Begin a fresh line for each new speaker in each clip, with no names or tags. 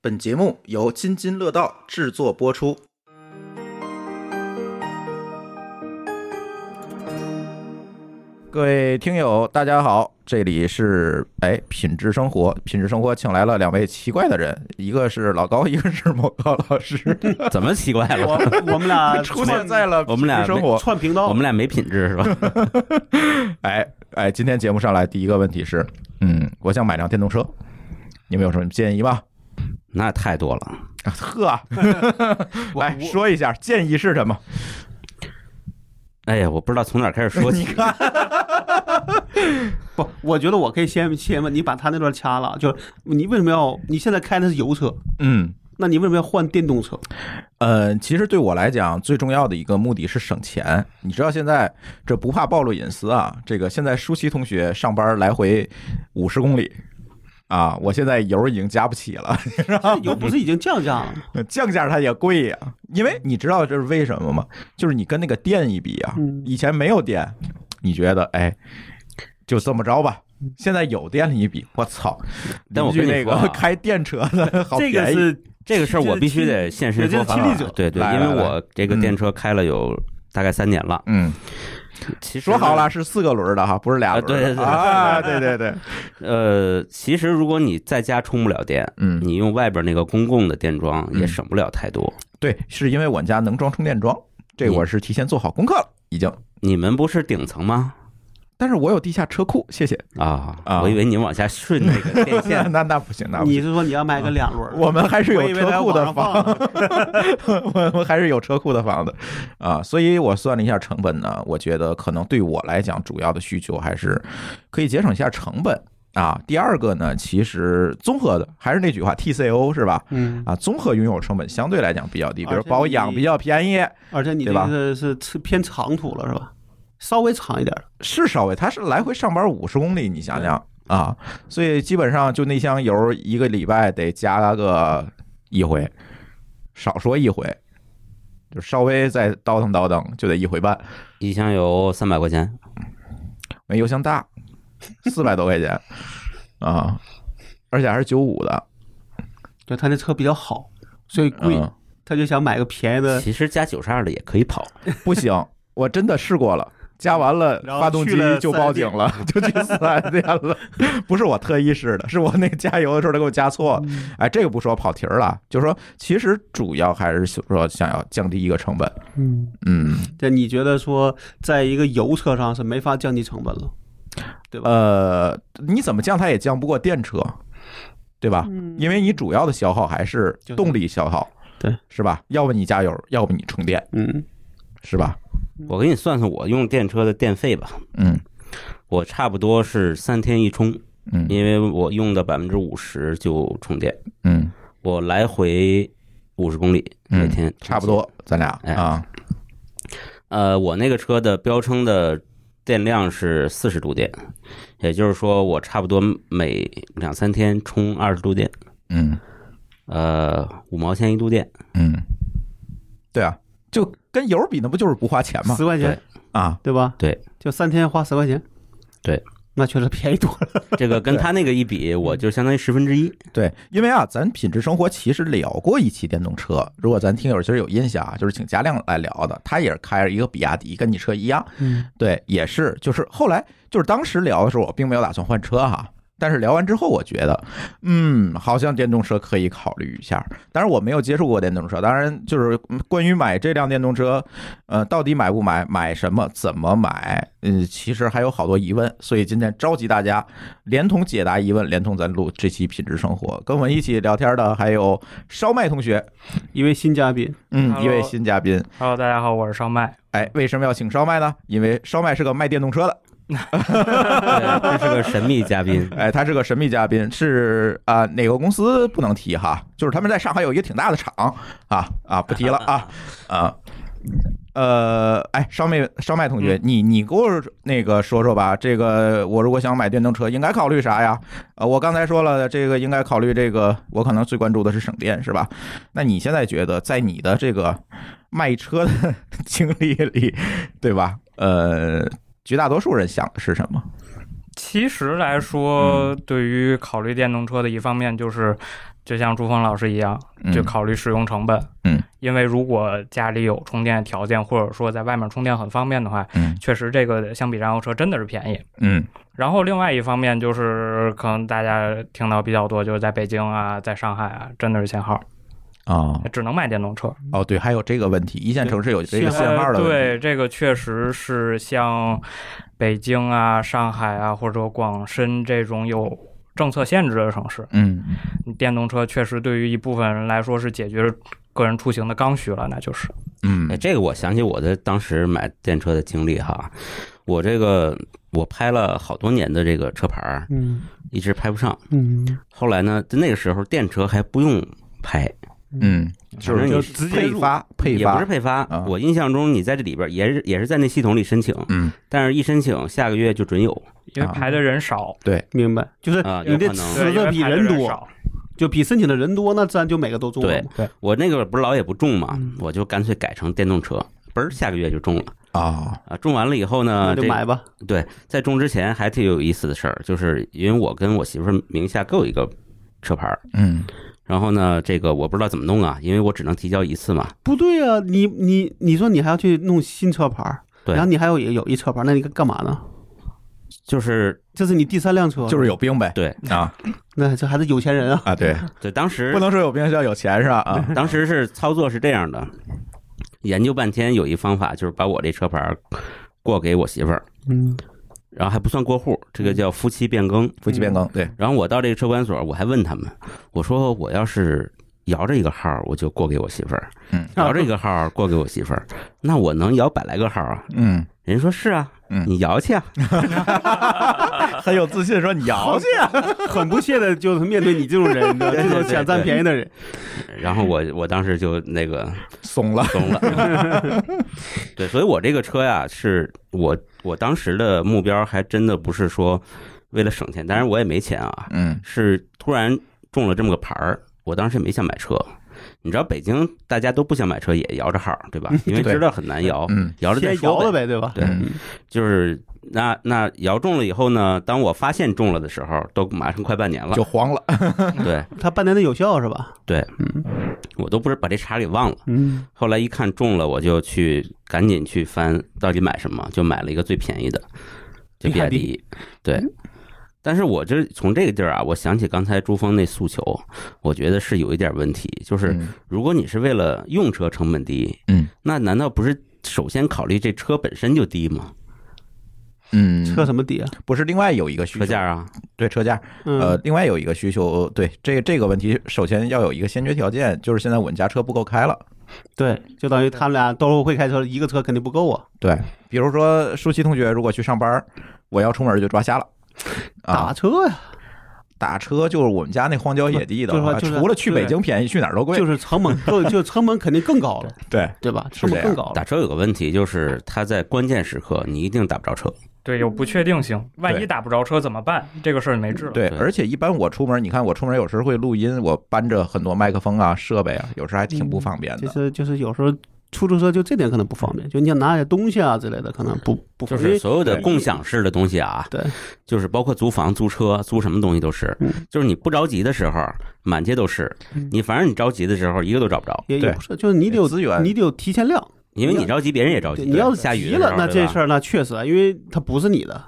本节目由津津乐道制作播出。各位听友，大家好，这里是哎品质生活，品质生活请来了两位奇怪的人，一个是老高，一 个是某高老 师，
怎么奇怪了？
我我们 俩
出现在了
啊我们俩
品质生活。
串频道，
我们俩没品质 是吧？
哎哎，今天节目上来第一个问题是，嗯，我想买辆电动车，你们有什么建议吗？
那太多了。
啊 呵，
我
来
我
说一下建议是什么？
哎呀，我不知道从哪儿开始说 起。
不，我觉得我可以先先问你，把他那段掐了，就是你为什么要？你现在开的是油车，
嗯。
那你为什么要换电动车？
呃，其实对我来讲，最重要的一个目的是省钱。你知道现在这不怕暴露隐私啊，这个现在舒淇同学上班来回五十公里啊，我现在油已经加不起了，
这油不是已经降价了吗？
降价它也贵呀、因为你知道这是为什么吗？就是你跟那个电一比啊，
嗯
以前没有电，你觉得哎，就这么着吧。
嗯
现在有电了，你比我操！
但我
邻居
跟
那
你说啊
个开电车的 好
这个
便宜，
是这个事儿，我必须得现身说法
这是亲
啊
历者。
对对，
来
因
来
为
来
我这个电车开了有大概三年了。
嗯，
其实
说好了是四个轮儿的哈，不是俩
啊
轮儿的、
对对对
啊，对对 对，
呃，其实如果你在家充不了电，
嗯，
你用外边那个公共的电桩也
嗯
省不了太多。
对，是因为我们家能装充电桩，
嗯
这我是提前做好功课了，已经。
你们不是顶层吗？
但是我有地下车库，谢谢。
啊
啊
我以为你往下顺那个电
那
线。
那那不行，那不
你
行。啊
是说嗯你要买个两轮儿？
我们还是
我
有
以为
车
在
库
网
的
上
房，
放呢。
我们 还是有车库的房子啊，所以我算了一下成本呢，我觉得可能对我来讲，主要的需求还是可以节省一下成本啊。第二个呢，其实综合的还是那句话，TCO 是吧？
嗯，
啊，综合拥有成本相对来讲比较低，比如
而且
保养
你
比较便宜，
而且你这
对吧
个是是偏长途了是吧？稍微长一点儿
是稍微，他是来回上班五十公里，你想想啊，所以基本上就那箱油一个礼拜得加个一回，少说一回，就稍微再倒腾倒腾就得一回半。
一箱油三百块钱，
那油箱 大，四百多块钱啊，而且还是九五的，
对他那车比较好，所以贵，
嗯，
他就想买个便宜的。
其实加九十二的也可以跑。
不行，我真的试过了。加完了
然后
发动机
去了
就报警了，就去四 S 店了。不是我特意试的，是我那加油的时候他给我加错了。哎，这个不说跑题儿了，就是说，其实主要还是说想要降低一个成本。
嗯，
嗯，
这你觉得说，在一个油车上是没法降低成本了？
呃，你怎么降它也降不过电车，对吧？啊
嗯
因为你主要的消耗还是
就是
动力消耗，
对，
是吧？要不你加油，要不你充电，
嗯，
是吧？
我给你算算我用电车的电费吧，
嗯
我差不多是三天一充，
嗯
因为我用的百分之五十就充电，
嗯，
我来回五十公里
嗯
每天、
差不。多，咱俩
哎
啊，
呃，我那个车的标称的电量是四十度电，也就是说我差不多每两三天充二十度电，
嗯
呃，五毛钱一度电。
嗯，对啊，就跟油比，那不就是不花钱吗？
十块钱
啊，
对吧？
对，
就三天花十块钱。
对，
那确实便宜多了。
这个跟他那个一比，我就相当于十分之 一。
对，因为啊，咱品质生活其实聊过一期电动车，如果咱听友其实有印象啊，就是请嘉亮来聊的，他也是开着一个比亚迪，跟你车一样，
嗯，
对，也是，就是后来就是当时聊的时候，我并没有打算换车哈。但是聊完之后，我觉得，嗯，好像电动车可以考虑一下。当然，我没有接触过电动车。当然，就是嗯关于买这辆电动车，呃，到底买不买，买什么，怎么买，嗯，其实还有好多疑问。所以今天召集大家，连同解答疑问，连同咱录这期品质生活，跟我们一起聊天的还有烧麦同学，
一位新嘉宾，
嗯，
Hello
一位新嘉宾。
Hello，大家好，我是烧麦。
哎，为什么要请烧麦呢？因为烧麦是个卖电动车的。，
对他是个神秘嘉宾
哎，他是个神秘嘉宾，是啊、哪个公司不能提哈？就是他们在上海有一个挺大的厂啊啊，不提了啊啊。呃，哎，烧麦烧麦同学，你你给我那个说说吧，这个我如果想买电动车，应该考虑啥呀？呃，我刚才说了，这个应该考虑这个，我可能最关注的是省电，是吧？那你现在觉得，在你的这个卖车的 经历里，对吧？呃，绝大多数人想的是什么？嗯
其实来说，对于考虑电动车的一方面就是，就像朱峰老师一样，
嗯
就考虑使用成本。
嗯，
因为如果家里有充电条件，或者说在外面充电很方便的话，
嗯
确实这个相比燃油车真的是便宜。
嗯
然后另外一方面就是，可能大家听到比较多，就是在北京啊，在上海啊，真的是限号，
哦
只能买电动车。
哦对，还有这个问题，一线城市有这个
限
限号
呃，
的问
对，这个确实是像北京啊、上海啊，或者说广深这种有政策限制的城市，
题，嗯
电动车确实对于一部分人来说是解决个人出行的刚需了，那就是
哎，
嗯
这个我想起我的当时买电车的经历哈，我这个我拍了好多年的这个车牌儿，
嗯
一直拍不上。
嗯，
后来呢，那个时候电车还不用拍，
嗯，
反正
就
你
直接
配
入
发配
也不
发，
是配发
啊。
我印象中你在这里边儿也是也是在那系统里申请，
嗯
但是一申请下个月就准有。
因为
啊
排的人少，
明白，就是
啊
你
有
这
可能
对，
词
因
的
为
比
排的
人
人
多，
少，
就比申请的人多，那自然就每个都中了
对
嘛。
我那个不是老也不中嘛
嗯，
我就干脆改成电动车，嘣儿下个月就中了
啊
啊！中完了以后呢，
那就
这
买吧。
对，在中之前还挺有意思的事儿，就是因为我跟我媳妇儿名下各有一个车牌儿，
嗯
然后呢，这个我不知道怎么弄啊，因为我只能提交一次嘛。
不对啊，你你你说你还要去弄新车牌儿，
对
然后你还有也有一车牌儿，那你干嘛呢？
就是
这是你第三辆车，
就是有病呗，
对嗯
啊
那这还是有钱人啊。
啊对，
对，当时
不能说有病叫有钱是吧？ 啊
当时是操作是这样的，研究半天有一方法，就是把我这车牌儿过给我媳妇儿，
嗯，
然后还不算过户，这个叫夫妻变更。
夫妻变更对，
然后我到这个车管所，我还问他们，我说我要是摇着一个号儿，我就过给我媳妇儿；
嗯
摇着一个号儿过给我媳妇儿，那我能摇百来个号儿啊？
嗯。
人家说是啊，
嗯
你摇去啊。
很有自信说你摇去，
啊很不屑的就是面对你这种人，你知道吗
对
这
对
种想占便宜的人。
然后我我当时就那个
怂了。
松了。对，所以我这个车呀，是我我当时的目标还真的不是说为了省钱，当然我也没钱啊，
嗯
是突然中了这么个牌儿，我当时也没想买车。你知道北京大家都不想买车，也摇着号儿，对吧？因为
对
知道很难摇，
嗯，
摇着再
先
说
摇了
呗。
呗，对吧？
对
嗯
就是那那摇中了以后呢，当我发现中了的时候，都马上快半年了
就。慌了。
对
他半年的有效是吧？
对，
嗯
我都不是把这茬儿给忘了。
嗯
后来一看中了，我就去赶紧去翻到底买什么，就买了一个最便宜的，就比亚
比
迪。对，但是我这从这个地儿啊，我想起刚才朱峰那诉求，我觉得是有一点问题，就是
嗯
如果你是为了用车成本低，
嗯
那难道不是首先考虑这车本身就低吗？
嗯，
车什么底啊？
不是另外有一个需求
车价啊，
对车价，
嗯
呃，，另外有一个需求，对这这个问题，首先要有一个先决条件，就是现在我们家车不够开了。
对，就等于他们俩都会开车，一个车肯定不够啊。
对，比如说舒淇同学如果去上班，我要出门就抓瞎了。
打
啊，
车呀，
打车就是我们家那荒郊野地的
就是说
话，
就是
除了去北京便宜，去哪儿都贵
就。是 成本更，就成本肯定更高了，
对，
对吧？
是
成
这
本
样
更高了
打。车有个问题就是它在关键时刻你一定打不着车。
对，有不确定性，万一打不着车怎么办？这个事儿没治了。
对，
对
而且一般我出门，你看我出门有时会录音，我搬着很多麦克风啊、设备啊，有时还挺不方便
就
的。
是就是有时候出租车就这点可能不方便，就你想拿点东西啊之类的，可能 不不
就
方便
是所有的
对
共享式的东西啊，
对，
就是包括租房、租车、租什么东西都是
嗯，
就是你不着急的时候，满街都是
嗯；
你反正你着急的时候，一个都找不着，
也
对
也不是，就是你得有
哎资源
你得有提前量。
因为你着急，别人也着急。
对你要是
下雨
急
的时候
了，那这事
儿
儿那确实，啊因为它不是你的，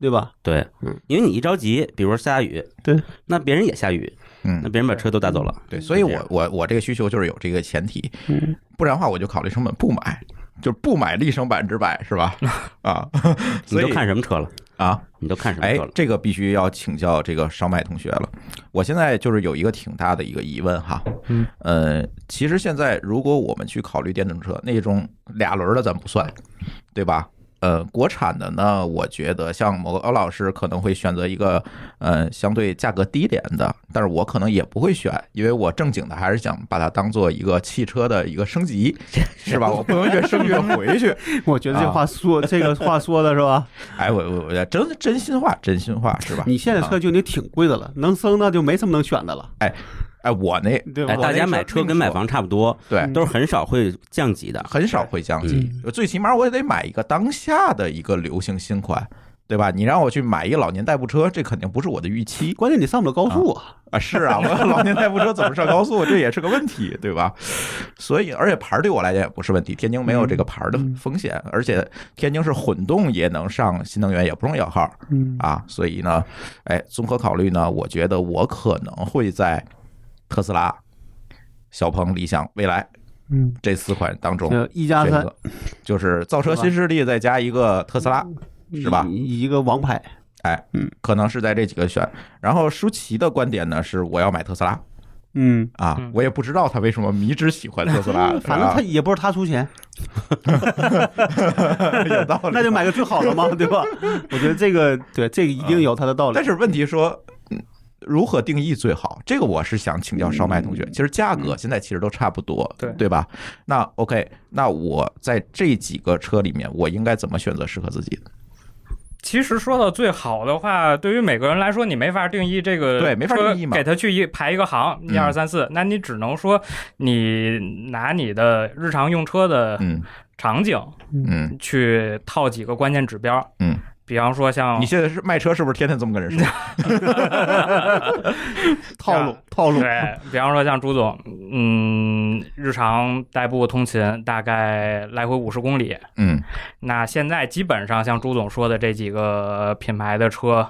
对吧？
对
嗯，
因为你一着急，比如说下雨，
对，
那别人也下雨，
嗯
那，别人把车都带走了。
对，所以
这
我
样
我我这个需求就是有这个前提，
嗯，
不然的话我就考虑成本不买，就是不买立升百分之百是吧？啊，
你
所
都
以
看什么车了？
啊，
你都看什么
哎
车了，？
这个必须要请教这个烧麦同学了。我现在就是有一个挺大的一个疑问哈，
嗯，
呃，其实现在如果我们去考虑电动车那种俩轮儿的咱不算，对吧？呃，国产的呢，我觉得像某个欧老师可能会选择一个呃相对价格低廉的，但是我可能也不会选，因为我正经的还是想把它当做一个汽车的一个升级，是吧？我不能越升越回去，
我觉得这
啊
话说、这个话说的是吧？
哎，我我我真真心话，真心话是吧？
你现在
啊
车就已经挺贵的了，能升那就没什么能选的了，
哎，我那
对吧？
哎，大家买车跟买房差不多，
对，
嗯
都是很少会降级的。
很少会降级，最起码我也得买一个当下的一个流行新款，对吧？你让我去买一老年代步车，这肯定不是我的预期
关键你上不了高速啊。
啊。是啊，我老年代步车怎么上高速，这也是个问题，对吧？所以，而且牌儿对我来讲也不是问题，天津没有这个牌儿的风险，而且天津是混动也能上新能源，也不用摇号。
嗯
啊，所以呢，哎，综合考虑呢，我觉得我可能会在特斯拉、小鹏、理想、蔚来
嗯，
这四款当中
呃，一加
选
三
择，就是造车新势力再加一个特斯拉，是吧
嗯一一个王牌，
可能是在这几个选。然后舒淇的观点呢是我要买特斯拉
嗯，
啊
嗯，
我也不知道他为什么迷之喜欢特斯拉，
反正他
是
也不是他出钱，
吧有道理，
那就买个最好的嘛，对吧？我觉得这个对，这个一定有它的道理
但。是问题说，嗯如何定义最好？这个我是想请教烧麦同学。
嗯
其实价格现在其实都差不多，
对
对吧？那 OK，那我在这几个车里面，我应该怎么选择适合自己的？
其实说到最好的话，对于每个人来说，你没法定义这个
对没法
车
定义嘛
给他去一排一个行，一
嗯
二三四，那你只能说你拿你的日常用车的
嗯
场景
嗯，
去套几个关键指标，
嗯，
比方说
嗯
像
你现在是卖车，是不是天天这么跟人说？
套路，套路，
对，比方说像朱总，嗯，日常代步通勤大概来回五十公里，
嗯
那现在基本上像朱总说的这几个品牌的车，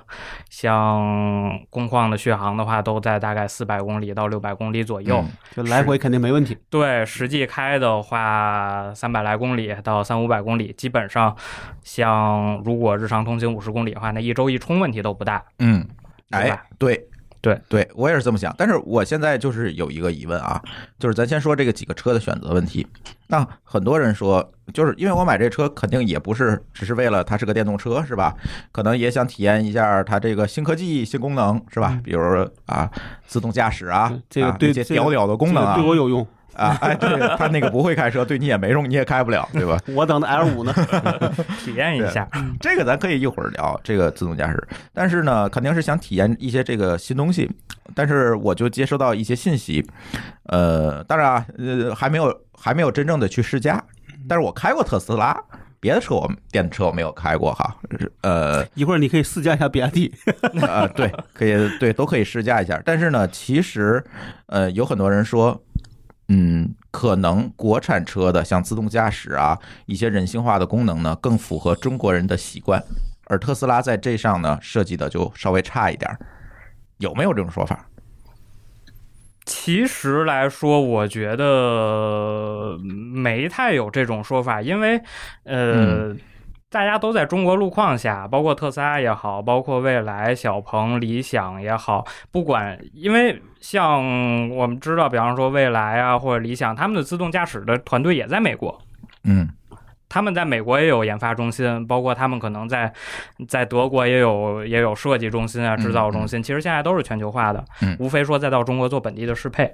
像工况的续航的话，都在大概四百公里到六百公里左右。
嗯
就来回肯定没问题。
对，实际开的话，三百来公里到三五百公里，基本上像如果日常通勤五十公里的话，那一周一充问题都不大。
嗯，
对吧
哎，对。
对
对，我也是这么想。但是我现在就是有一个疑问啊，就是咱先说这个几个车的选择问题。那很多人说，就是因为我买这车肯定也不是只是为了它是个电动车，是吧？可能也想体验一下它这个新科技、新功能，是吧？比如说啊，自动驾驶啊
对，嗯这个
啊
对
那些
这个
屌屌的功能
这个
啊
对我有用，
啊，哎，对，它那个不会开车，对你也没用，你也开不了，对吧？
我等的 L 五呢。
体验一下，
这个咱可以一会儿聊这个自动驾驶，但是呢，肯定是想体验一些这个新东西。但是我就接收到一些信息，呃，当然啊，呃，还没有还没有真正的去试驾，但是我开过特斯拉，别的车我电车我没有开过哈，呃
一会儿你可以试驾一下比亚迪，
呃，对，可以对都可以试驾一下。但是呢，其实呃，有很多人说。嗯，可能国产车的像自动驾驶啊，一些人性化的功能呢，更符合中国人的习惯。而特斯拉在这上呢设计的就稍微差一点儿，有没有这种说法？
其实来说，我觉得没太有这种说法，因为呃，大家都在中国路况下，包括特斯拉也好，包括蔚来、小鹏、理想也好，不管因为。像我们知道，比方说蔚来啊，或者理想，他们的自动驾驶的团队也在美国，
嗯
他们在美国也有研发中心，包括他们可能在在德国也有也有设计中心啊、
嗯
制造中心，其实现在都是全球化的，
嗯
无非说再到中国做本地的适配。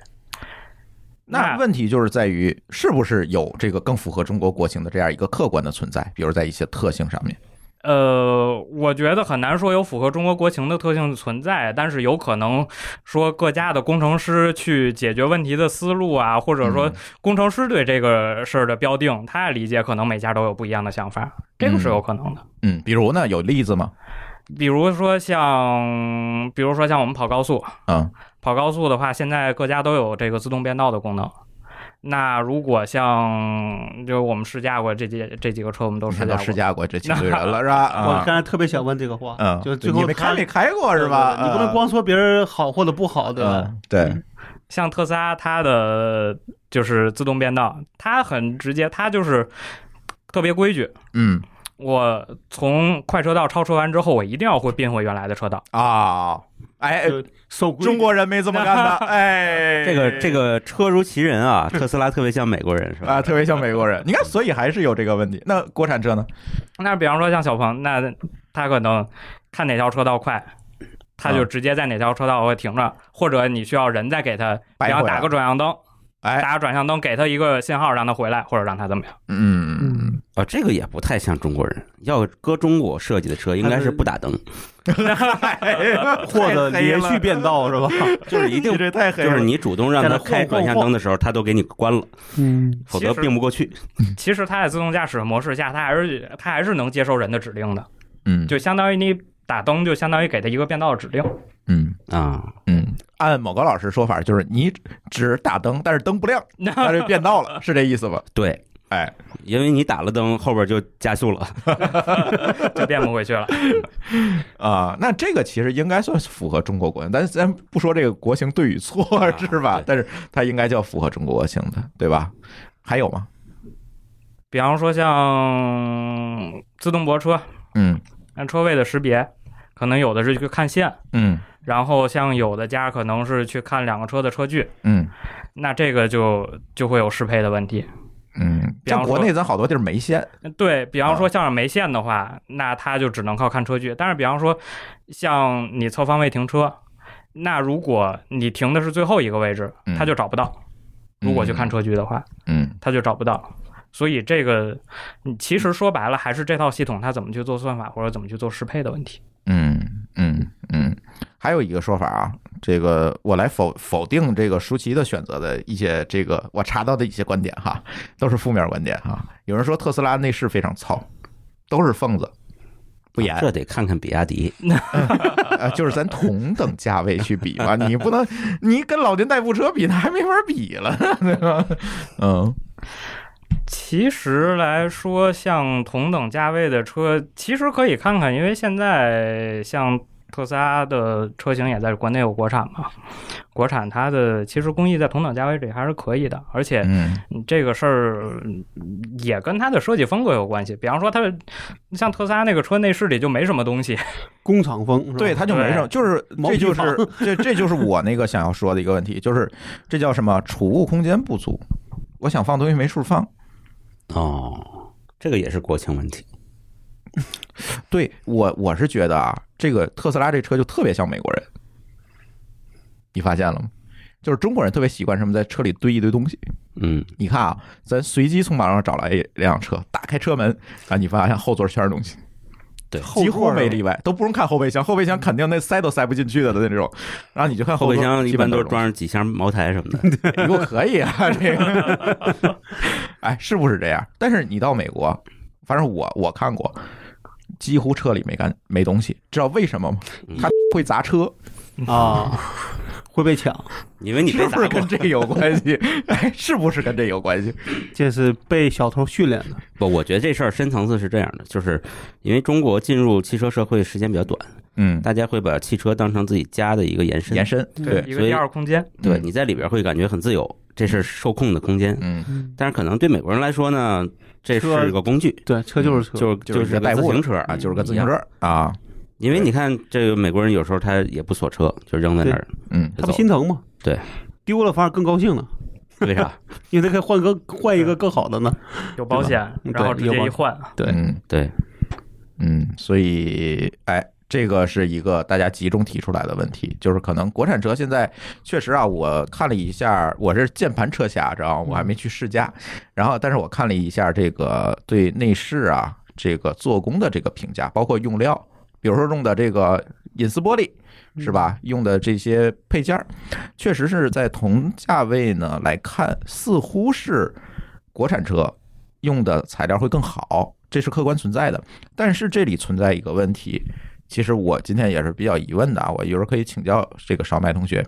那
那
问题就是在于是不是有这个更符合中国国情的这样一个客观的存在，比如在一些特性上面。
呃，我觉得很难说有符合中国国情的特性存在，但是有可能说各家的工程师去解决问题的思路啊，或者说
嗯
工程师对这个事儿的标定，他的理解可能每家都有不一样的想法，这个是有可能的。
嗯，比如呢，有例子吗？
比如说像，比如说像我们跑高速，
嗯
跑高速的话，现在各家都有这个自动变道的功能。那如果像就是我们试驾过这几这几个车，我们都
你
试
看
驾
都
过。
试驾过这请对人了是吧？
我
啊
刚才特别想问这个话，
嗯，
就是
对
最后
你没
他
开没开过是吧？
你不能
嗯
光说别人好或者不好，对吧？
嗯对，
像特斯拉，它的就是自动变道，它很直接，它就是特别规矩。
嗯
我从快车道超车完之后，我一定要会变回原来的车道。
啊，哎，
就守规矩
中国人没这么干的，哎，
这个这个车如其人啊，特斯拉特别像美国人是
啊，
吧？
特别像美国人。你看，所以还是有这个问题。那国产车呢？
那比方说像小鹏，那他可能看哪条车道快，他
嗯
就直接在哪条车道会停着，或者你需要人再给他，
掰
比方
回来
打个转向灯，
哎，
打个转向灯给他一个信号让他回来，或者让他怎么样。
嗯，
啊，这个也不太像中国人。要搁中国设计的车，应该是不打灯，
或
或
者连续变道是吧？
就是一定
这嗯太黑
就
了。
是你主动让
在那
他开
晃晃
转向灯的时候，他都给你关了，
嗯，
否则并不过去。
其实他在自动驾驶模式下，他还是他还是能接受人的指令的。
嗯
就相当于你打灯，就相当于给它一个变道的指令。
嗯
啊，
嗯，按某高老师说法，就是你只打灯，但是灯不亮，它就变道了，是这意思吧？
对，
哎，
因为你打了灯，后边就加速了。
就变不回去了。
啊、那这个其实应该算是符合中国国情，但是咱不说这个国情对与错
啊
是吧？
对
但是它应该叫符合中国国情的，对吧？还有吗？
比方说像自动泊车，
嗯
按车位的识别，可能有的是去看线，
嗯
然后像有的家可能是去看两个车的车距，
嗯
那这个就就会有适配的问题。
嗯，
比
像
方说
国内咱好多地儿没线，
对比方
啊
说像是没线的话，那它就只能靠看车距。但是比方说像你侧方位停车，那如果你停的是最后一个位置
嗯，
它就找不到。如果去看车距的话，
嗯
它就找不到。所以这个，你其实说白了还是这套系统它怎么去做算法或者怎么去做适配的问题。
嗯嗯嗯，还有一个说法啊，这个我来否否定这个舒淇的选择的一些这个我查到的一些观点哈，都是负面观点哈。有人说特斯拉内饰非常糙，都是缝子，不严。
这得看看比亚迪。
啊，就是咱同等价位去比嘛，你不能，你跟老年代步车比，那还没法比了，对吧？嗯
其实来说，像同等价位的车，其实可以看看，因为现在像特斯拉的车型也在国内有国产嘛，国产它的其实工艺在同等价位里还是可以的，而且
嗯
这个事儿嗯也跟它的设计风格有关系。比方说它的，像特斯拉那个车内饰里就没什么东西，
工厂风是吧
对，他就没什么，就是
毛
这
坯
就是
房
这这就是我那个想要说的一个问题，就是这叫什么储物空间不足，我想放东西没处放。
哦，这个也是国情问题。
对我我是觉得啊，这个特斯拉这车就特别像美国人，你发现了吗？就是中国人特别习惯什么，在车里堆一堆东西。
嗯，
你看啊，咱随机从马路上找来一辆车，打开车门啊，你发现后座全是东西。
对
几乎没例外，都不用看后备箱，后备箱肯定那塞都塞不进去的那种。然后你就看
后备
座
箱一般都
基
是
本
装上几箱茅台什么的。
是装，又可以啊，这个，哎，是不是这样？但是你到美国，反正我我看过，几乎车里没干没东西，知道为什么吗？
嗯
他会砸车，
啊，会被抢，
因 为你
是
被
不是
打
跟
过。
这个有关系？ 哎，是不是跟这有关系？
这是被小偷训练的。
不，我觉得这事儿深层次是这样的，就是因为中国进入汽车社会时间比较短，
嗯，
大家会把汽车当成自己家的一个延伸。
延伸对
一个
所以
第二空间。
对，你在里边会感觉很自由，这是受控的空间。
嗯
但是可能对美国人来说呢，这是个工具，
对，车就是车，
就是
就是一
是
个
个
代
自
步
行车
啊，
啊，
就是个自行。车啊，
因为你看，这个美国人有时候他也不锁车，就扔在那儿
嗯
就
他
走。
不心疼吗？
对，
丢了反而更高兴了，
为啥？
因为他可以换个换一个更好的呢。
有保险，
对吧
然后直接
有
一
保
换，
对
嗯
对，
嗯，所以哎，这个是一个大家集中提出来的问题，就是可能国产车现在确实啊，我看了一下，我是键盘车侠，知道吗？我还没去试驾，然后但是我看了一下这个对内饰啊，这个做工的这个评价，包括用料，比如说用的这个隐私玻璃。是吧？用的这些配件儿，确实是在同价位呢来看，似乎是国产车用的材料会更好，这是客观存在的。但是这里存在一个问题，其实我今天也是比较疑问的啊，我有时候可以请教这个少麦同学。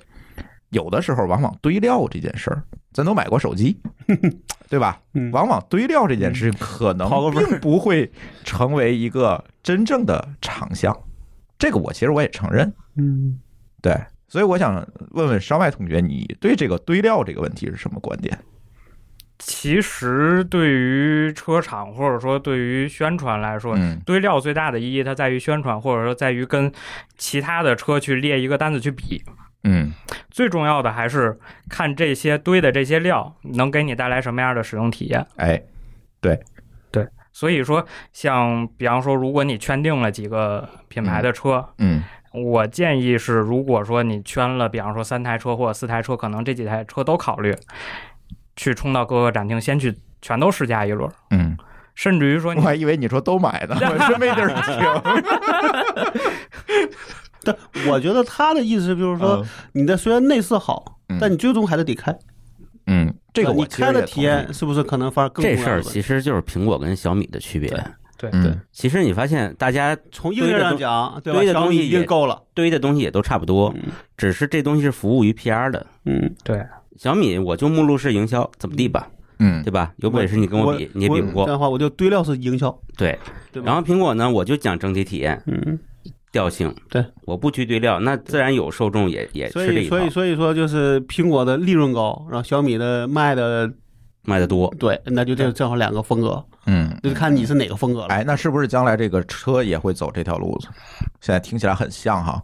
有的时候，往往堆料这件事儿，咱都买过手 机，对吧？
嗯
往往堆料这件事情可能
刨个缝儿
并不会成为一个真正的长项，这个我其实我也承认。
嗯，
对，所以我想问问烧麦同学，你对这个堆料这个问题是什么观点？
其实对于车厂或者说对于宣传来说，
嗯
堆料最大的意义它在于宣传，或者说在于跟其他的车去列一个单子去比。
嗯
最重要的还是看这些堆的这些料能给你带来什么样的使用体验。
哎，
所以说，像比方说，如果你圈定了几个品牌的车，
嗯
我建议是，如果说你圈了，比方说三台车或者四台车，可能这几台车都考虑，去冲到各个展厅先去全都试驾一轮，
嗯，
甚至于说
我
你
还以为你说都买呢，我真没地儿 停。
但我觉得他的意思就是说，你的虽然内饰好
嗯，
但你最终还是得开。啊
嗯，这个
你
我其实
开的
也
体
同意
验是不是可能反而更
这
重
事
要
儿
了
其实就是苹果跟小米的区别。
对
嗯
对，
其实你发现大家
从硬件上讲，对吧？
堆的
小
东
米
西
已经
也
够了，
堆的东西也都差不多，
嗯
只是这东西是服务于 PR 的。
嗯，
小米我就目录式营销，怎么地吧，
嗯
对吧？有本事你跟我比，你也比不
我这
过。
样的话，我就堆料是营销，
对，
对吧？
然后苹果呢，我就讲整体体验
嗯，
调性，
对，
我不去堆料，那自然有受众也也
所
吃这
以
一
所以
套，
所以说就是苹果的利润高，然后小米的卖的
卖的多。
对，那就这正好两个风格，
嗯，
就是看你是哪个风格了。
哎，那是不是将来这个车也会走这条路子？现在听起来很像哈，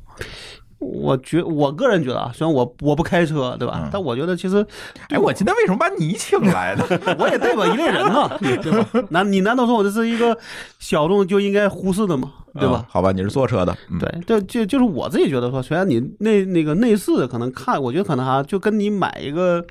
我觉我个人觉得啊，虽然我我不开车，对吧？
嗯
但我觉得其实
哎，我今天为什么把你请来呢？
我也代表一类人嘛，对吧？难你难道说我这是一个小众就应该忽视的吗？ 对吧
嗯？好吧，你是坐车的，嗯，
对，就就就是我自己觉得说，虽然你内那个内饰可能看，我觉得可能哈、就跟你买一个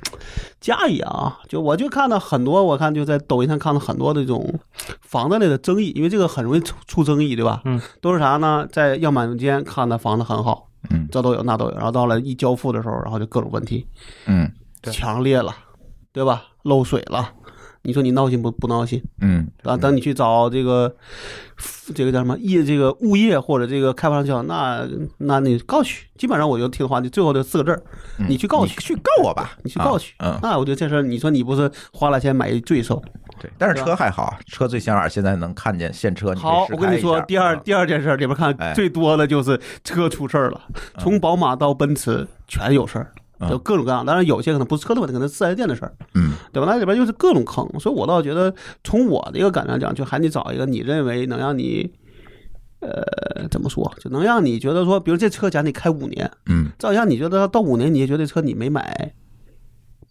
家一样啊，就我就看到很多，我看就在抖音上看到很多的这种房子类的争议，因为这个很容易出出争议，对吧？
嗯，
都是啥呢？在样板间看的房子很好，
嗯
这都有那都有，然后到了一交付的时候，然后就各种问题，
嗯
对
强烈了，对吧？漏水了，你说你闹心不不闹心？
嗯
啊，等你去找这个这个叫什么业这个物业或者这个开发商去，那那你告去，基本上我就听话，你最后就四个字儿，
嗯
你去告去
去告我吧，
你去告
啊
去。
嗯，
那我觉得这事儿，你说你不是花了钱买一罪受？
对，但是车还好，啊车最起码现在能看见现哦车。你可以
好，
试
我跟
开
你
一
说，
下
第二
嗯
第二件事儿里边
哎
看最多的就是车出事儿了，从宝马到奔驰全有事儿，
嗯
就各种各样。当然有些可能不是车的问题，可能是四 S 店的事儿。
嗯
对吧？那里边就是各种坑，所以我倒觉得，从我的一个感觉上讲，就喊你找一个你认为能让你，呃，怎么说，就能让你觉得说，比如这车假如你开五年，
嗯
照样你觉得到五年你也觉得这车你没买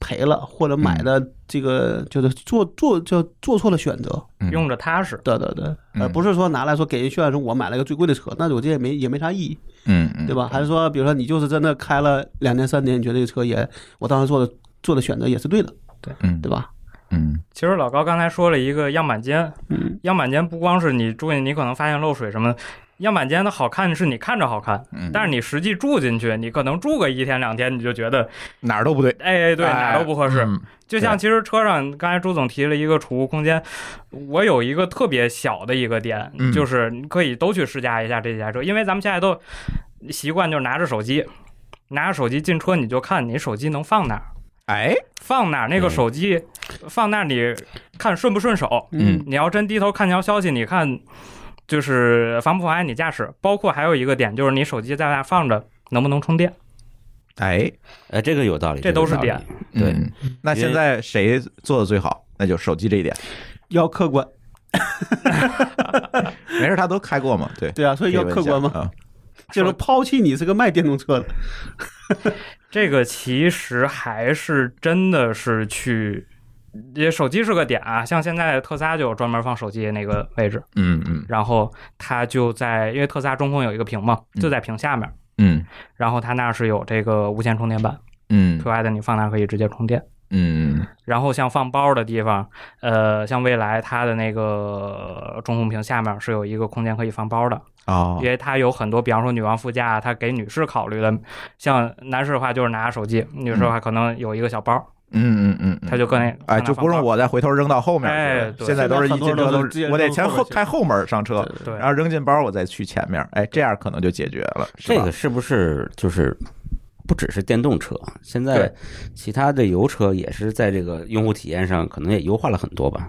赔了，或者
嗯
买的这个就是做做就做错了选择，
嗯
用着踏实。
对对对，而
嗯
不是说拿来说给人炫耀说我买了个最贵的车，那我这也没也没啥意义，
嗯嗯，
对吧？还是说，比如说你就是真的开了两年三年，你觉得这个车也我当时做的做的选择也是对的，
嗯
对吧？
嗯
其实老高刚才说了一个样板间，
嗯，
样板间不光是你住进，你可能发现漏水什么的，样板间的好看是你看着好看，
嗯，
但是你实际住进去，你可能住个一天两天，你就觉得，
哪儿都不对，
哎，对，哪儿都不合适。
嗯
就像其实车上，刚才朱总提了一个储物空间，我有一个特别小的一个点
嗯，
就是你可以都去试驾一下这几台车，因为咱们现在都习惯就是拿着手机，拿着手机进车你就看你手机能放哪儿，
哎，
放哪儿那个
嗯
手机，放那里看顺不顺手。
嗯
你要真低头看条消息，你看就是妨不妨碍你驾驶，包括还有一个点就是你手机在那放着能不能充电，
哎，
呃，这个有道理，
这都是
个有道理。对
嗯，那现在谁做的最好？那就手机这一点，
要客观。
没事，他都开过嘛，对，
对啊，所以 要
可以问
客
一下
观嘛。
啊
就是抛弃你是个卖电动车的，
这个其实还是真的是去。也手机是个点啊，像现在特斯拉就有专门放手机的那个位置，
嗯嗯
然后它就在，因为特斯拉中控有一个屏嘛，就在屏下面，
嗯
然后它那是有这个无线充电板
嗯
，provide 你放那可以直接充电。
嗯
然后像放包的地方，呃，像蔚来它的那个中控屏下面是有一个空间可以放包的，
哦
因为它有很多，比方说女王副驾，它给女士考虑的，像男士的话就是拿手机，女士的话可能有一个小包，
嗯嗯嗯，
它就更
哎，就不用。我再回头扔到后面
哎
去了。
对
现在都是一进车
现在很多
都
人都直接
是，
扔
我得前
后
后
面去
开后门上车，
对
然后扔进包，我再去前面。哎，这样可能就解决了，是
这
吧
个？是不是就是不只是电动车？啊现在
对。
其他的油车也是在这个用户体验上可能也优化了很多吧？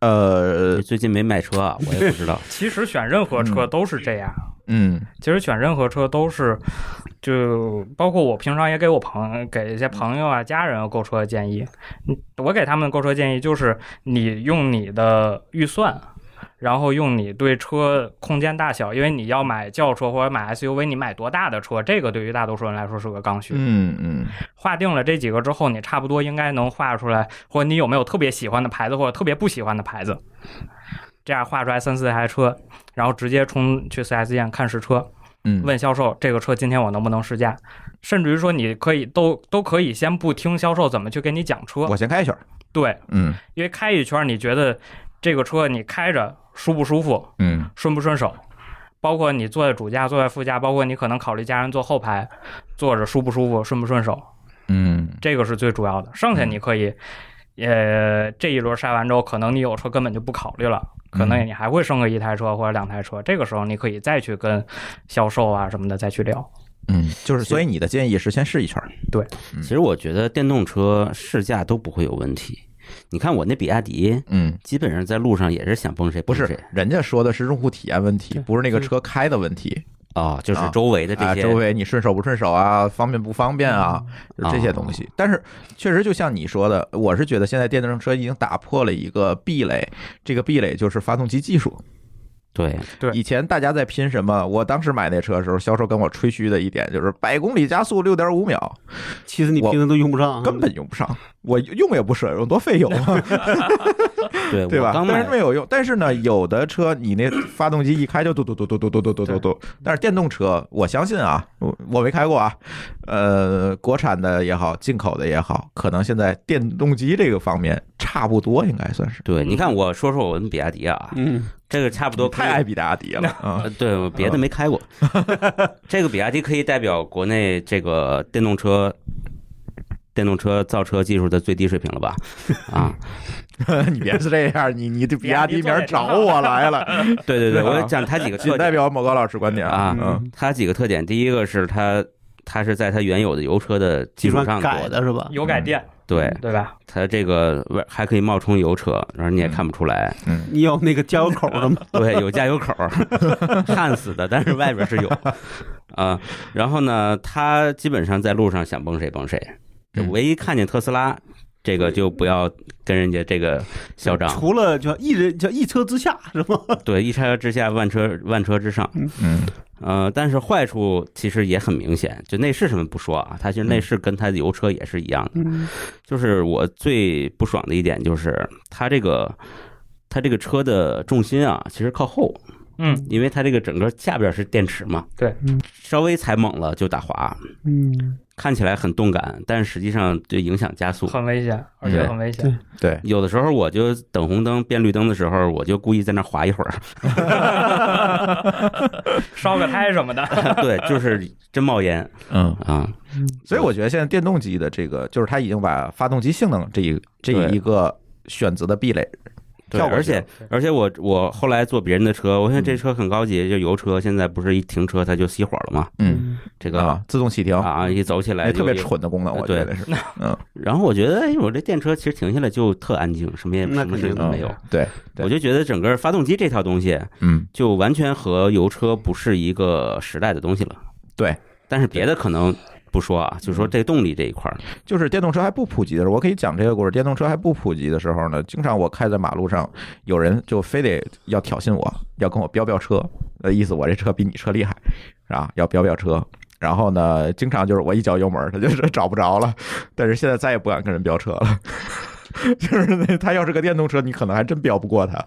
呃，
最近没买车啊，我也不知 道
其实选任何车都是这样，
嗯
其实选任何车都是，就包括我平常也给我朋友、给一些朋友啊、家人购车建议，嗯我给他们的购车建议就是，你用你的预算。然后用你对车空间大小，因为你要买轿车或者买 SUV，你买多大的车，这个对于大多数人来说是个刚需。
嗯嗯
划定了这几个之后，你差不多应该能画出来，或者你有没有特别喜欢的牌子，或者特别不喜欢的牌子，这样画出来三四台车，然后直接冲去 4S 店看试车，
嗯，
问销售这个车今天我能不能试驾，甚至于说你可以都都可以先不听销售怎么去给你讲车
我，先开一圈儿。
对，
嗯
因为开一圈你觉得这个车你开着舒不舒服，
嗯
顺不顺手，包括你坐在主驾、坐在副驾，包括你可能考虑家人坐后排，坐着舒不舒服、顺不顺手，
嗯
这个是最主要的。剩下你可以，呃，这一轮筛完之后，可能你有车根本就不考虑了，可
嗯
能你还会剩个一台车或者两台车，这个时候你可以再去跟销售啊什么的再去聊。
嗯，就是所以你的建议是先试一圈儿，嗯
其实我觉得电动车试驾都不会有问题。你看我那比亚迪，
嗯。
基本上在路上也是想崩谁
不
崩谁
是，人家说的是用户体验问题，
对
不是那个车开的问题
哦，就是周围的这
啊，
些，
周围你顺手不顺手啊，方便不方便啊，就这些东西。但是确实就像你说的，我是觉得现在电动车已经打破了一个壁垒，这个壁垒就是发动机技术。
对，
对
以前大家在拼什么？我当时买那车的时候，销售跟我吹嘘的一点就是百公里加速六点五秒，
其实你平时都用不上啊，
根本用不上，我用也不舍，用多费油啊。
对
对
我
吧
刚？
但
买嗯
是没有用。但是呢，有的车你那发动机一开就嘟嘟嘟嘟嘟嘟嘟嘟嘟嘟。但是电动车，我相信啊，我我没开过啊，呃，国产的也好，进口的也好，可能现在电动机这个方面差不多，应该算是
对，你看我说说我们比亚迪啊，
嗯，
这个差不多可以
太爱比亚迪了啊
呃，。对，我别的没 开过。这个比亚迪可以代表国内这个电动车。电动车造车技术的最低水平了吧？啊，
你别是这样， 你你这比亚迪名儿找我来了，
对对
对
对，
啊
我讲它几个
仅
特
代
点
表某高老师观点
啊
嗯，
它几个特点，第一个是它它是在它原有的油车的基础上做
改的是吧？
油
嗯
改电，
对
对吧？
它这个外还可以冒充油车，然后你也看不出来，
嗯
你有那个加油口的吗？
对，有加油口儿，焊死的，但是外边是有啊、然后呢，他基本上在路上想崩谁崩谁，就
嗯
唯一看见特斯拉，这个就不要跟人家这个嚣张。
除了叫一人叫一车之下是吧？
对，一车之下，万车万车之上。
嗯
呃，但是坏处其实也很明显，就内饰什么不说啊，它其实内饰跟它的油车也是一样的。
嗯
就是我最不爽的一点就是它这个它这个车的重心啊，其实靠后。
嗯，
因为它这个整个下边是电池嘛，
对
嗯，
稍微踩猛了就打滑，
嗯，
看起来很动感，但实际上就影响加速。
很危险，而且
对
很危险
对。
对，
有的时候我就等红灯变绿灯的时候，我就故意在那滑一会儿，
烧个胎什么的。
对，就是真冒烟
嗯。
啊，
所以我觉得现在电动机的这个，就是它已经把发动机性能这一这
对
一个选择的壁垒
对，
跳过
而
去了
且而且我我后来坐别人的车，我看这车很高级，就油车，现在不是一停车它就熄火了吗？
嗯，
这个
啊，自动启停，
啊一走起
那
来
哎
哎
特别
就。
蠢的功能，我觉得 是，嗯
然后我觉得，哎，我这电车其实停下来就特安静，什么也
那
什么
肯
事
定
情都
嗯
没有。
对，对
我就觉得整个发动机这套东西，
嗯，
就完全和油车不是一个时代的东西了。
对，
但是别的可能不说啊，就说这动力这一块儿，
就是电动车还不普及的时候，我可以讲这个故事。电动车还不普及的时候呢，经常我开在马路上，有人就非得要挑衅我，要跟我飙飙车，呃，意思我这车比你车厉害，啊，要飙飙车。然后呢，经常就是我一脚油门，他就是 找不着了。但是现在再也不敢跟人飙车了， 就是那他要是个电动车，你可能还真飙不过他。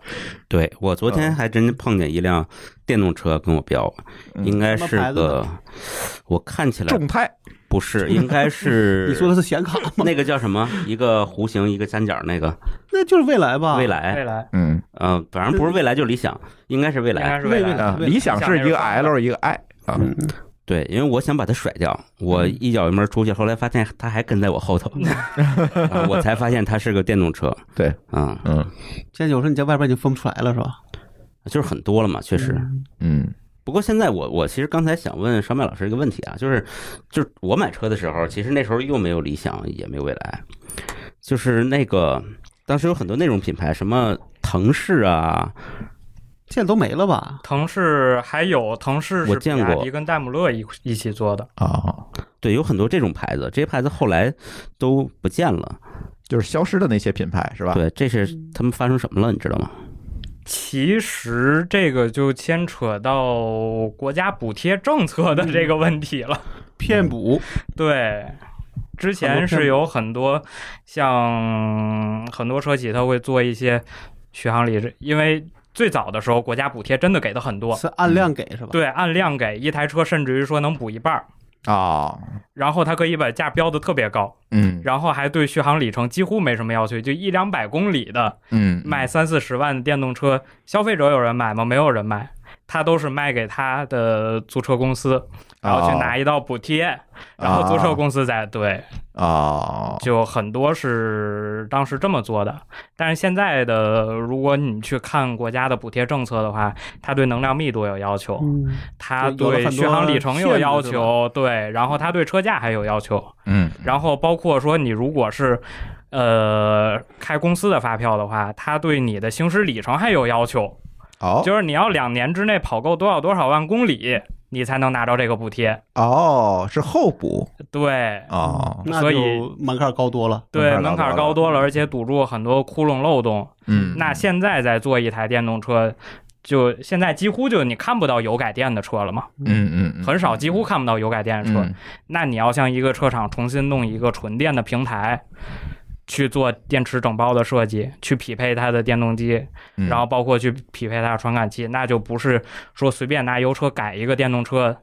对我昨天还真碰见一辆电动车跟我飙，
嗯
应该
什
是
么牌子
个，我看起来
众泰，
不 是，应该是
你说的是显卡吗？
那个叫什么？一个弧形，一个三角，那个
那就是未来吧？
蔚
未
来，
来
嗯
嗯，反正不是蔚来就是理想，应该是蔚
应该
来。
是未
未
来
来
啊，理想是一个 L 一个 I 啊，
嗯，
对，因为我想把它甩掉，我
嗯
一脚油门出去，后来发现它还跟在我后头， 啊我才发现它是个电动车。
对，
嗯，
嗯
现在有时候你在外边你分不出来了是吧？
就是很多了嘛，确实。
嗯
不过现在我我其实刚才想问烧麦老师一个问题啊，就是就是我买车的时候，其实那时候又没有理想，也没有蔚来，就是那个当时有很多那种品牌，什么腾势啊，
现在都没了吧？
腾势还有腾势
我
是比
见过
亚迪跟戴姆勒一一起做的，
啊，
对，有很多这种牌子，这些牌子后来都不见了。
就是消失的那些品牌
啊
是吧？
对，这是他们发生什么了，你知道吗？
其实这个就牵扯到国家补贴政策的这个问题了。
骗补，
对，之前是有很多像很多车企，它会做一些续航里程，因为最早的时候国家补贴真的给的很多，
啊是按量给是吧？
对，按量给一台车，甚至于说能补一半儿，
啊，
然后它可以把价标的特别高，
嗯
然后还对续航里程几乎没什么要求，就一两百公里的
嗯，
卖三四十万的电动车，消费者有人买吗？没有人买，他都是卖给他的租车公司，然
啊哦
后去拿一道补贴，然后租车公司再对，
啊，
就很多是当时这么做的。但是现在的，如果你去看国家的补贴政策的话，它对能量密度有要求，
嗯，
它
就有了
对
很多
续航里程有要
限制是
求，对，然后它对车价还有要求，
嗯
然后包括说你如果是。呃，开公司的发票的话，它对你的行驶里程还有要求，
哦
就是你要两年之内跑够多少多少万公里，你才能拿到这个补贴。
哦，是候补
对
哦，
那
所以
就门槛高多了。
对，
门槛儿高
门槛儿
多
高
了
多了，而且堵住很多窟窿漏洞。
嗯，
那现在再做一台电动车，就现在几乎就你看不到油改电的车了嘛，
嗯嗯嗯
很少，几乎看不到油改电的车
嗯。
那你要向一个车厂重新弄一个纯电的平台。去做电池整包的设计，去匹配它的电动机，
嗯
然后包括去匹配它的传感器，那就不是说随便拿油车改一个电动车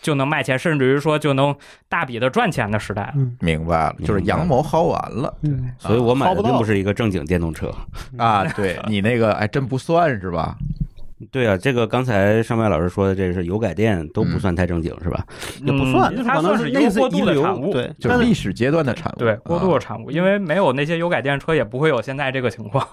就能卖钱，甚至于说就能大笔的赚钱的时代了。
明白了，就是阳谋薅完了
嗯，
所以我买
薅不
的并
到
不是一个正经电动车。
啊！对你那个还真不算是吧？
嗯
对啊，这个刚才上麦老师说的，这是油改电都不
嗯
算太正经，是吧？
也不算，那
嗯它
可能
算是一
类
个
似
过
一
渡的
流
产物。
对，
就是历史阶段的产物，
对，过渡的
啊
产物，因为没有那些油改电车，也不会有现在这个情况。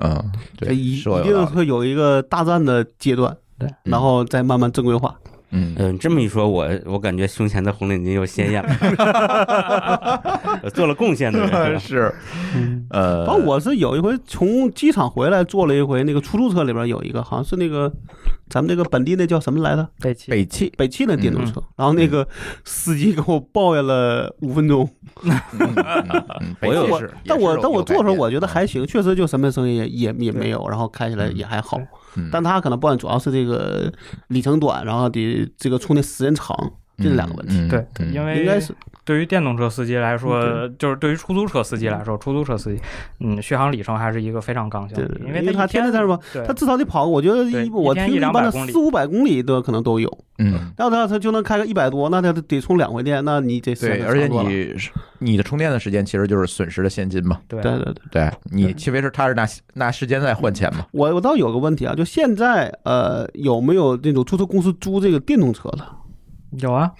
嗯，
这
对，
一一
说有
定
道理
会有一个大战的阶段，嗯
对，
然后再慢慢正规化。
嗯，
嗯，这么一说，我我感觉胸前的红领巾又鲜艳了，做了贡献的人是吧
是
嗯
呃，
反正我是有一回从机场回来坐了一回那个出租车，里边有一个好像是那个咱们那个本地那叫什么来着？
这期
北汽，
北汽的电动
嗯
车，然后那个司机给我抱怨了五分钟，
嗯嗯嗯北
我有
汽
我
是，
但
也是
我
有嗯
但我坐的时候我觉得，
有
还行，确实就什么声音也也也没有，然后开起来也还好，
改变嗯
但它可能抱怨主要是这个里程短，然后得这个充电时间长，这是两个问题，
嗯
对
嗯，
因为
应该是
对于电动车司机来说，就是对于出租车司机来说，出租车司机，嗯，续航里程还是一个非常刚性
对
的
对，对
因
因为
为
它
它
天天在那边
对
它至少得跑，我觉得
对
一
一
我
天
听
一
一
两
般
百
的
公里
四五百公里的可能都有，
嗯。
要它它就能开个一百多，那它得充两回电，那你得时间
对，
得
而且
长多了
你你的充电的时间其实就是损失的现金嘛。
对
对对对。
对你其实是他是拿拿时间在换钱嘛。
我我倒有个问题啊，就现在呃有没有那种出租车公司租这个电动车的？
有啊，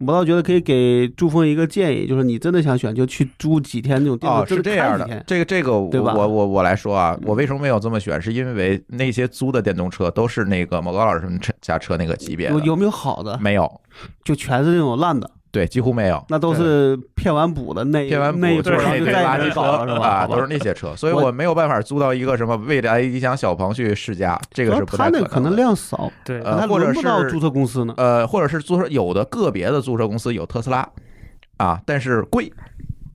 我倒觉得可以给朱峰一个建议，就是你真的想选，就去租几天这种电动
哦，
车，
是这样的，这个这个我
对吧
我我我来说啊，
嗯
我为什么没有这么选，是因为那些租的电动车都是那个某高老师他们车家车那个级别
有
的，嗯
有没有好的？
没有，
就全是那种烂的，
对，几乎没有。
那都是骗完补的那
骗完补
那一
就是
波
那
然后就
堆
再
垃
也
圾
没搞
车啊
了是吧？好
都是
吧。
那些车，所以
我
我没有办法租到一个什么未来理想小鹏去试驾，这个是不
他
太
那
能
个
的。
可能量少，
对，
呃
他
或者
轮不到
是
注册公司呢。
呃，或者是租车有的个别的租车公司有特斯拉啊，但是贵，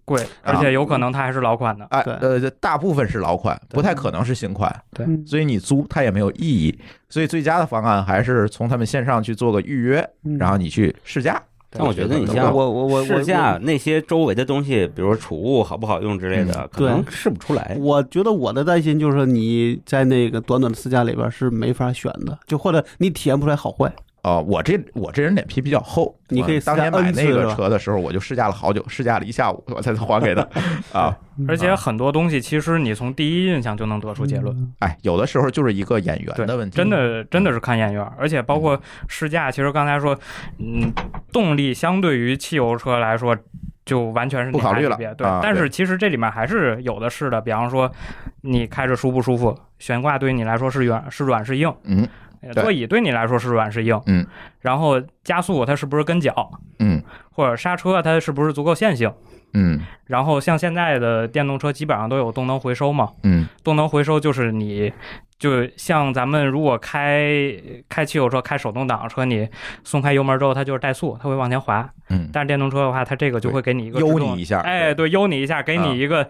贵，而且有可能它还是老款的。
哎，
对
呃，大部分是老款，不太可能是新款，
对
嗯
所以你租它也没有意义。所以最佳的方案还是从他们线上去做个预约，然后你去试驾。
但我觉得你
我
像
我我我
试
我
驾那些周围的东西，比如说储物好不好用之类的，可
对
能试不出来。
哎我觉得我的担心就是你在那个短短的试驾里边是没法选的，就或者你体验不出来好坏。
哦，我这我这人脸皮比较厚，
你可以
我当
试驾
年买
N 次
那
是
个
吧
车的时候，我就试驾了好久，试驾了一下午，我才还给他。啊，
而且很多东西其实你从第一印象就能得出结
嗯
论。
哎，有的时候就是一个眼缘
对
的问题，
真的真的是看眼缘儿，而且包括试驾，其实刚才说，嗯，动力相对于汽油车来说，就完全是
不考虑了
两大级别对，
啊
但
对
是其实这里面还是有的是的，比方说你开着舒不舒服，悬挂对你来说是软是软是硬，
嗯
呃
对
座椅对你来说是软是硬，
嗯，
然后加速它是不是跟脚，
嗯
或者刹车它是不是足够线性，
嗯
然后像现在的电动车基本上都有动能回收嘛，
嗯
动能回收就是你，就像咱们如果开开汽油车、开手动挡的车，你松开油门之后，它就是怠速，它会往前滑。
嗯，
但是电动车的话，它这个就会给你一个
对啊
制动
悠你一下
哎，对，悠你一下，给你一个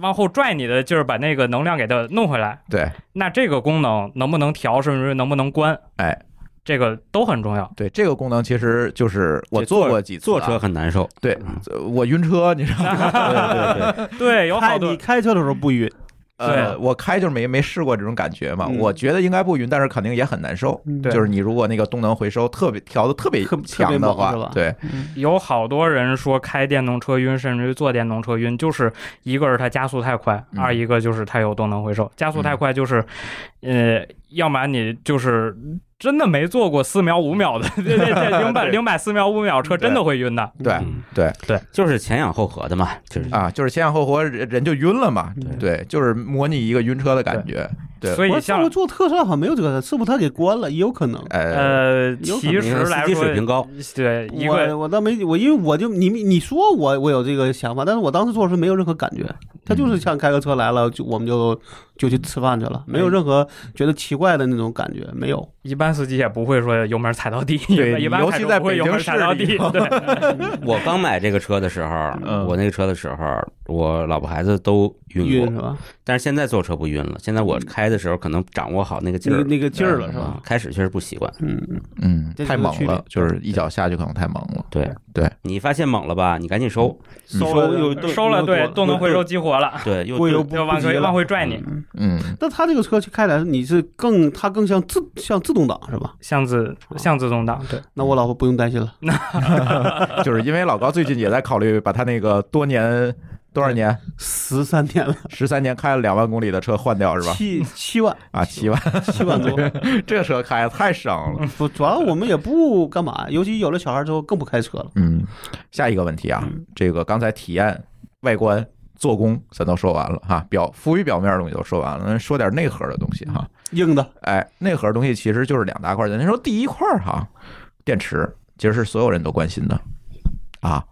往后拽你的劲儿，把那个能量给它弄回来。
对
那这个功能能不能调，甚至于能不能关，
哎，
这个都很 重要。
对，这个功能其实就是我
这
做过几次、啊
坐车，很难受。嗯
对呃我晕车，你知道吗？
对对对，
对，有
开
好
你
多
开车的时候不晕，
呃，我开就是没没试过这种感觉嘛，
嗯
我觉得应该不晕，但是肯定也很难受。
嗯
对
就是你如果那个动能回收特别调的特别
特特
强
别
的
猛
话
是吧，
对，
有好多人说开电动车晕，甚至于坐电动车晕，就是一个是它加速太快，
嗯
二一个就是它有动能回收。加速太快就是，呃，要么你就是真的没坐过四秒五秒 的，这这这零百零百四秒五秒车真的会晕的。
对
嗯
对
就是前仰后合的嘛，就是
啊，就是前仰后合，人人就晕了嘛。对，就是模拟一个晕车的感觉。对
所以
我
像
上回坐特斯拉好像没哎有这个，是不是他给关了？也有可能。
呃，
呃，
有可能
其实来
司机
说，嗯
水平高，
对一个
我我倒没我，因为我就你你说我我有这个想法，但是我当时做的时候没有任何感觉，他就是像开个车来了，就我们就就去吃饭去了，没有任何觉得奇怪的那种感觉，没有。
一般司机也不会说油门踩到地，
对
一般
尤
开
其
车
在
不会
北
油
京
门
市
踩到
里
地。
头
对，
我刚买这个车的时候，
嗯
我那个车的时候，我老婆孩子都晕
晕
过，
是吧？
但是现在坐车不晕了。现在我开的时候可能掌握好那个劲
那
儿
个那个劲儿了是
啊
吧？，
开始确实不习惯。
嗯，
嗯，
这就
太
是
猛
区别
了，就是一脚下去可能太猛了。
对
对，
你发现猛了吧？你赶紧收，
你
收
说
又
又对
收了，对，动能回收
收。
激活了，
对，又
过犹
又
不
就往
及
回
了
往回拽你。
嗯
嗯，
那他这个车去开来，你是更它更像自像自动挡是吧？
像自像自动嗯挡，对，
那我老婆不用担心了，
就是因为老高最近也在考虑把他那个多年多少年
十三天了，
十三年开了两万公里的车换 掉是吧？
七 七万
啊，七万，
七万多，
这个车开的太省了。
不，主要我们也不干嘛，尤其有了小孩之后更不开车了。
嗯，下一个问题啊，这个刚才体验、外观、做工咱都说完了哈，表浮于表面的东西都说完了，那说点内核的东西哈。
硬的，
哎，内核的东西其实就是两大块儿。咱说第一块儿哈，电池其实是所有人都关心的啊。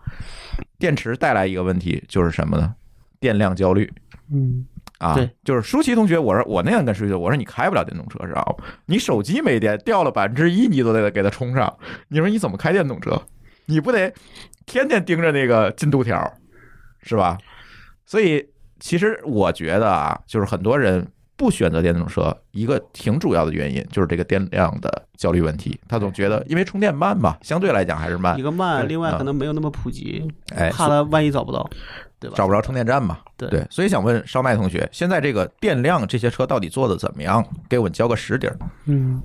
电池带来一个问题就是什么呢？电量焦虑。
嗯，
啊，
对，
就是舒淇同学，我说我那样跟舒淇，我说你开不了电动车，知道吗？你手机没电，掉了百分之一，你都得给它充上。你说你怎么开电动车？你不得天天盯着那个进度条，是吧？所以其实我觉得啊，就是很多人不选择电动车，一个挺主要的原因就是这个电量的焦虑问题。他总觉得因为充电慢嘛，相对来讲还是慢
一，个慢，
对
另外
嗯
可能没有那么普及，
哎，
怕他万一找不到，对吧？
找不着充电站嘛。
对
所以想问烧麦同学，现在这个电量这些车到底做的怎么样？给我们交个实底儿。
嗯，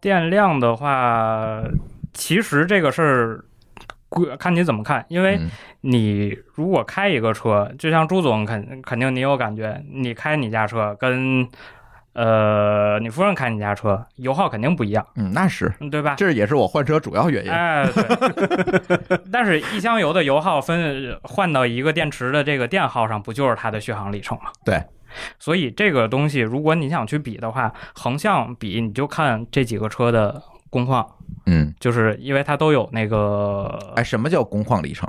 电量的话，其实这个事儿。归看你怎么看，因为
嗯
你如果开一个车，就像朱总肯肯定你有感觉，你开你家车跟呃你夫人开你家车油耗肯定不一样，
嗯，那是，
嗯对吧？
这也是我换车主要原因。
哎，对。 但是，一箱油的油耗分换到一个电池的这个电耗上，不就是它的续航里程吗？
对。
所以这个东西，如果你想去比的话，横向比你就看这几个车的工况，
嗯，
就是因为它都有那个
哎，什么叫工况里程？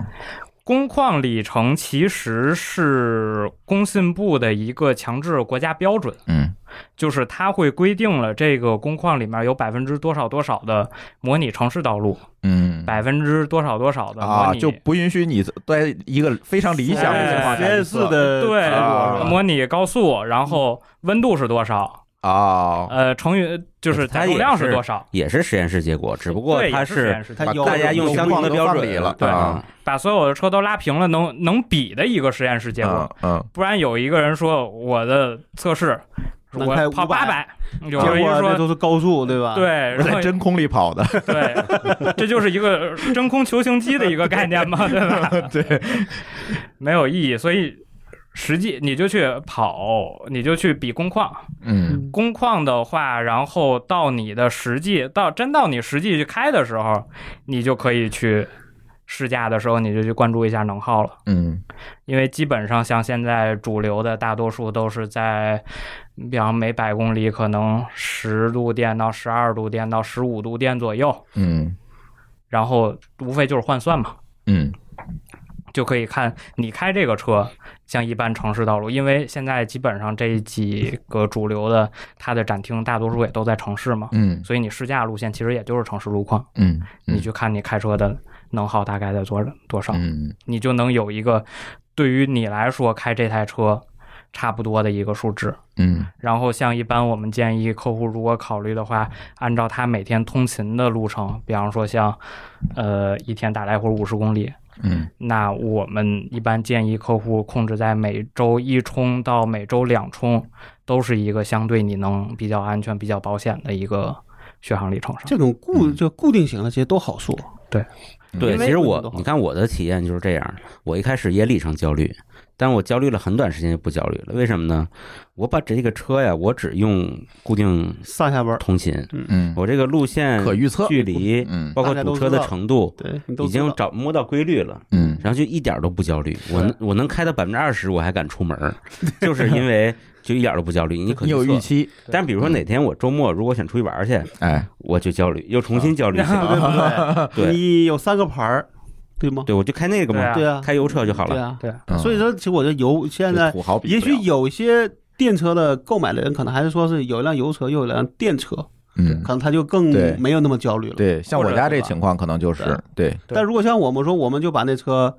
工况里程，其实是工信部的一个强制国家标准。
嗯
就是它会规定了这个工况里面有百分之多少多少的模拟城市道路，
嗯，
百分之多少多少的模
啊，
拟
就不允许你在一个非常理想的情况下
哎
实验室的
对
结果是吧
模拟高速，然后温度是多少？
啊，
呃，乘以就是
它
载重量
也
是
是
多少？
也是实验室结果，只不过
对
它
也是实验室
他
把
有
大家
有
用相同的标
有
准
有了
对
啊
把所有的车都拉平了，能能比的一个实验室结果。
嗯嗯，
不然有一个人说我的测试
能开
我跑
500
八百，有
结
人
果那
说
都是高速，对吧？
对，，
我
然后
嗯在真空里跑的，
对，这就是一个真空球形机的一个概念嘛，对吧？
对，
没有意义，所以。实际你就去跑，你就去比工况，
嗯
工况的话，然后到你的实际到真到你实际去开的时候，你就可以去试驾的时候，你就去关注一下能耗了，
嗯
因为基本上像现在主流的大多数都是在，比方每百公里可能十度电到十二度电到十五度电左右，
嗯
然后无非就是换算嘛。
嗯
就可以看你开这个车，像一般城市道路，因为现在基本上这几个主流的，它的展厅大多数也都在城市嘛，
嗯
所以你试驾路线其实也就是城市路况，
嗯，
你去看你开车的能耗大概在多少多少，
嗯
你就能有一个对于你来说开这台车差不多的一个数值。
嗯
然后像一般我们建议客户如果考虑的话，按照他每天通勤的路程，比方说像，呃，一天打来回五十公里，
嗯
那我们一般建议客户控制在每周一充到每周两充，都是一个相对你能比较安全、比较保险的一个续航里程上。
这种固
嗯
就固定型的其实都好说，
对，
因
其
为
实
温度
我
都好
你看我的体验就是这样，我一开始也里程焦虑，但我焦虑了很短时间就不焦虑了，为什么呢？我把这个车呀，我只用固定
上下班儿，
通勤，
嗯，
我这个路线
可预测，
距离，
嗯
包括
大家
堵
都
车
知
的
道
程度，
对你都
已
知
经
道
找摸到规律了。
嗯
然后就一点儿都不焦虑，我能我能开到百分之二十，我还敢出门儿，就是因为就一点儿都不焦虑。
嗯
你可
你有
预
预
测，
期，
但比如说哪天我周末如果想出去玩儿去，
哎，
我就焦虑，又重新焦虑起来。
对不对？
对
你有三个牌儿，对吗？
对，我就开那个
对
嘛
啊，
对啊，
开油车就好
对
了。
啊，
对
嗯
所以说，其实我觉得油现在
土豪比不
也许
了，
有一些电车的购买的人，可能还是说是有一辆油车，又有一辆电车，
嗯
可，能他就更
对
没有那么焦虑了。
对，像我家这
或者
情况可能就是对，
对
但如果像我们说，我们就把那车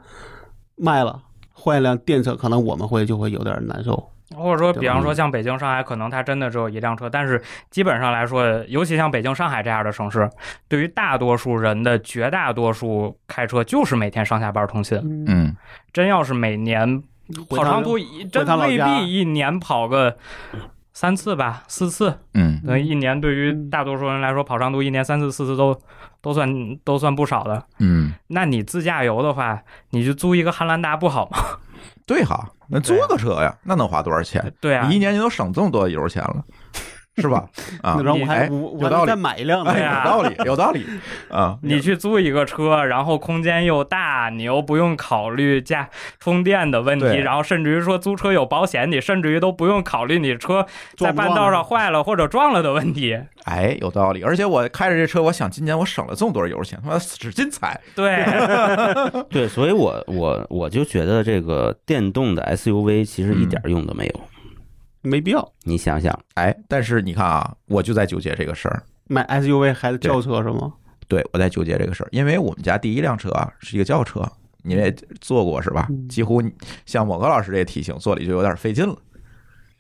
卖了，换一辆电车，可能我们会就会有点难受。
或者说，
对吧嗯
比方说像北京、上海，可能它真的只有一辆车，但是基本上来说，尤其像北京、上海这样的城市，对于大多数人的绝大多数开车就是每天上下班通勤。
嗯，
嗯，
真要是每年
回
跑
趟
长途，一真
回趟老
未
家
必一年跑个三次吧，四次。
嗯，
可能一年对于
嗯
大多数人来说，跑长途一年三次、四次都都算都算不少的。
嗯，
那你自驾游的话，你就租一个汉兰达不好吗？
对哈，那租个车呀，那能花多少钱？
对啊
你一，年就能省这么多油钱了，是吧？啊，
然后我还
哎
我我
有道
还能
理
再买一辆呢
哎，
对
有
呀
道理，有道 理啊！
你去租一个车，然后空间又大，你又不用考虑加充电的问题，
对
然后甚至于说租车有保险，你甚至于都不用考虑你车在
撞不
半
撞
道上
了
坏了或者撞了的 问题。
哎，有道理。而且我开着这车，我想今年我省了这么多油钱，他妈使劲踩。
对，
对，所以我我我就觉得这个电动的 SUV 其实一点儿用都没有。
没必要
你想想，
哎，但是你看啊，我就在纠结这个事儿。
买 SUV 还是轿车是吗？
对，我在纠结这个事儿，因为我们家第一辆车啊是一个轿车，你们也坐过是吧？几乎你像某个老师这体型坐里就有点费劲了。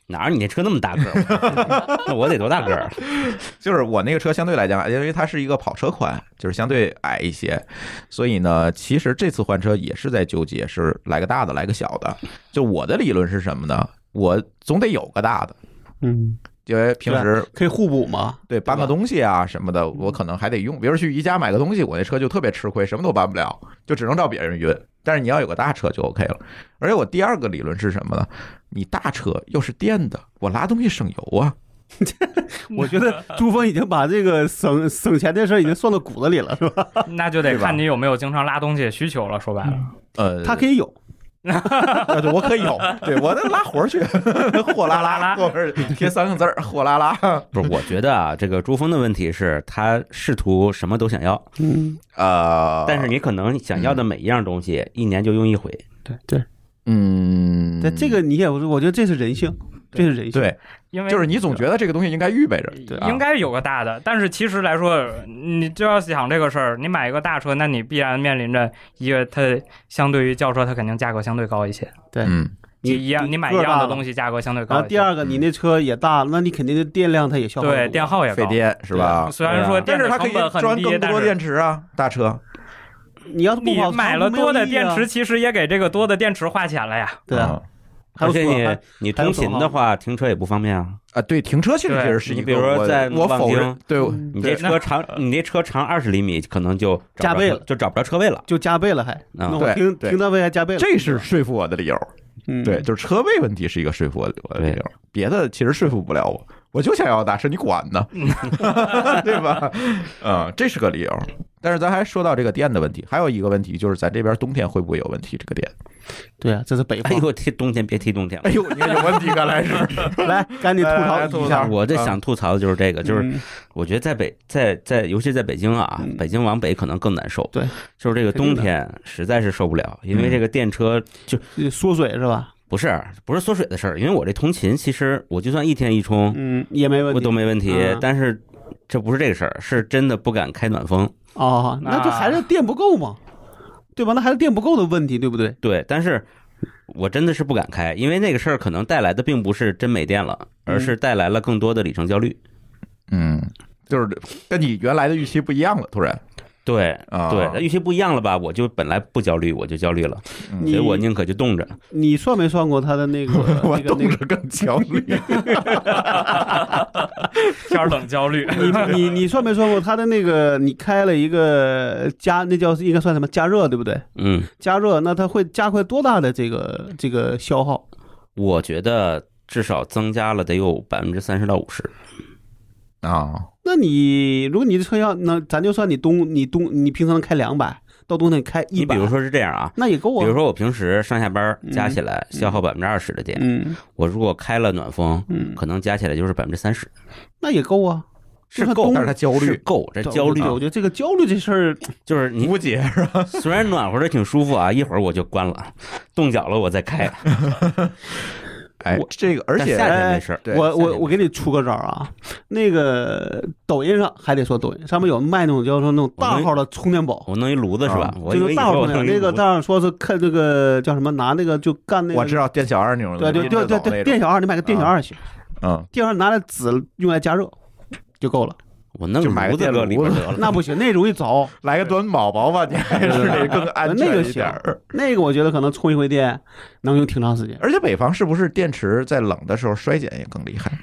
哪有你那车那么大个儿？ 那我得多大个儿？啊
就是我那个车相对来讲，因为它是一个跑车款，就是相对矮一些，所以呢，其实这次换车也是在纠结，是来个大的，来个小的。就我的理论是什么呢？我总得有个大的，
嗯，
因为平时
可以互补嘛。
对搬个东西啊什么的，我可能还得用。比如去宜家买个东西，我那车就特别吃亏，什么都搬不了，就只能找别人运。但是你要有个大车就 OK 了。而且我第二个理论是什么呢？你大车又是电的，我拉东西省油啊。
我觉得朱峰已经把这个省 省钱这事儿已经算到骨子里了，是吧？
那就得
对吧
看你有没有经常拉东西的需求了。说白了，
呃，
他可以有，
啊， 对，我可以有，对我那拉活 儿去，货拉拉，后边贴三个字儿，货拉 拉。
不是，我觉得啊，这个朱峰的问题是他试图什么都想要，
嗯，
呃，
但是你可能想要的每一样东西，一年就用一回。
对对，
嗯，
但这个你也，我觉得这是人性，这是人性。
对，
因为
就是你总觉得这个东西应该预备着，
对
啊
应该有个大的，但是其实来说，你就要想这个事儿，你买一个大车，那你必然面临着一个它相对于轿车，它肯定价格相对高一些。
对
嗯，
你
你
一样，你买一
个儿
样
大
的
了
东西，价格相对高
然
一
后
些。
第二个，你那车也大，那你肯定的电量它也消耗很
对
多
电耗也
费
高，
电是吧？
虽然
对
说
啊但
电
是
的
它可以
成本很
装
低
更
但
多
是
电池啊，大车。
你要是不
你
跑，
买了多的电池，，其实也给这个多的电池花钱了呀。
啊 对啊，
嗯
而
还有
且
锁
你
还
你通勤的话，停车也不方便啊。
啊，对，停车其实
对
这是一个
你比如说
我
在
我
望
否认
京，
对，我
嗯
你
对
这车长，你那车长二十厘米，可能就找不着
加倍了
就找不着车位了。
就加倍了还。
啊
那我
嗯对
听
对
听到位还加倍了，
这是说服我的理由。
嗯
对，，就是车位问题是一个说服我的我的理由，别的其实说服不了我，我就想要大车，你管 呢，对吧？嗯，这是个理由。但是咱还说到这个电的问题，还有一个问题就是咱这边冬天会不会有问题？这个电，
对啊，这是北
哎
方。
呦，提冬天别提冬天了
哎。呦，你看有问题，看来 是
来，赶紧吐
来来
槽
哎吐
一
槽
下，
我这想吐槽的就是这个，就是
哎啊嗯
我觉得在北在在，尤其在北京啊，
嗯
北京往北可能更难受。
对，
就是这个冬
肯定
天实在是受不了，因为
嗯
这个电车就
嗯缩水是吧？
不是不是缩水的事儿，因为我这通勤其实我就算一天一充，
嗯，也没问
我
题
都。没问题
嗯，
但是这不是这个事儿，是真的不敢开暖风。
哦，那就还是电不够嘛，对吧？那还是电不够的问题，对不对？
对，但是我真的是不敢开，因为那个事儿可能带来的并不是真没电了，
嗯
而是带来了更多的里程焦虑。
嗯，就是跟你原来的预期不一样了，突然，
对
哦
啊
对，那预期不一样了吧？我就本来不焦虑，我就焦虑了，嗯所
你
以我宁可就冻着。
你算没算过他的 那个
我
那个
冻
那
着更焦虑。
天儿冷焦虑，
个？你你你算没算过他的那个？你开了一个加那叫应该算什么加热对不对？
嗯，
加热那它会加快多大的这个这个消耗？
我觉得至少增加了得有百分之三十到五十。
啊，
那你如果你的车要那咱就算你冬你冬你平常开两百，到冬天开一
你比
百，
如说是这样啊，
那也够
比
啊
如。说我平时上下班
嗯
加起来消耗百分之二十的电，
嗯
我如果开了暖风，
嗯，
可能加起来就是百分之三十，
那也够啊。
是
就算
够，
冬
但是他焦
是
虑
够。这呃焦虑啊
对我觉得这个焦虑这事儿，
就是你
无解是吧？
虽然暖和着挺舒服啊，一会儿我就关了，冻脚了我再开。
哎
我，
这个而且哎
但夏天没事儿，
对
我
夏
我
天
我给你出个招儿啊，那个抖音上还得说抖音上面有卖那种叫做那种大号的充电宝，
我弄一炉子是吧
啊？
我以
就
为
是
你
大
说
号
我
充
弄
电
一
那
炉
个
子
当然说是看这个叫什么拿那个就干那个，
我知道电小按钮了，
对对对对对，电
小
小二你买个电小
啊
二去，
嗯，
电小二拿来纸用来加热就够了，
我弄
就买
炉
个
子
电
搁里
炉
边
子
得了。
那不行，那容易着，
来个暖宝宝吧，你还是得更安
那
全
个
一
行
点儿。，
那个我觉得可能充一回电能用挺长时间，
而且北方是不是电池在冷的时候衰减也更厉害？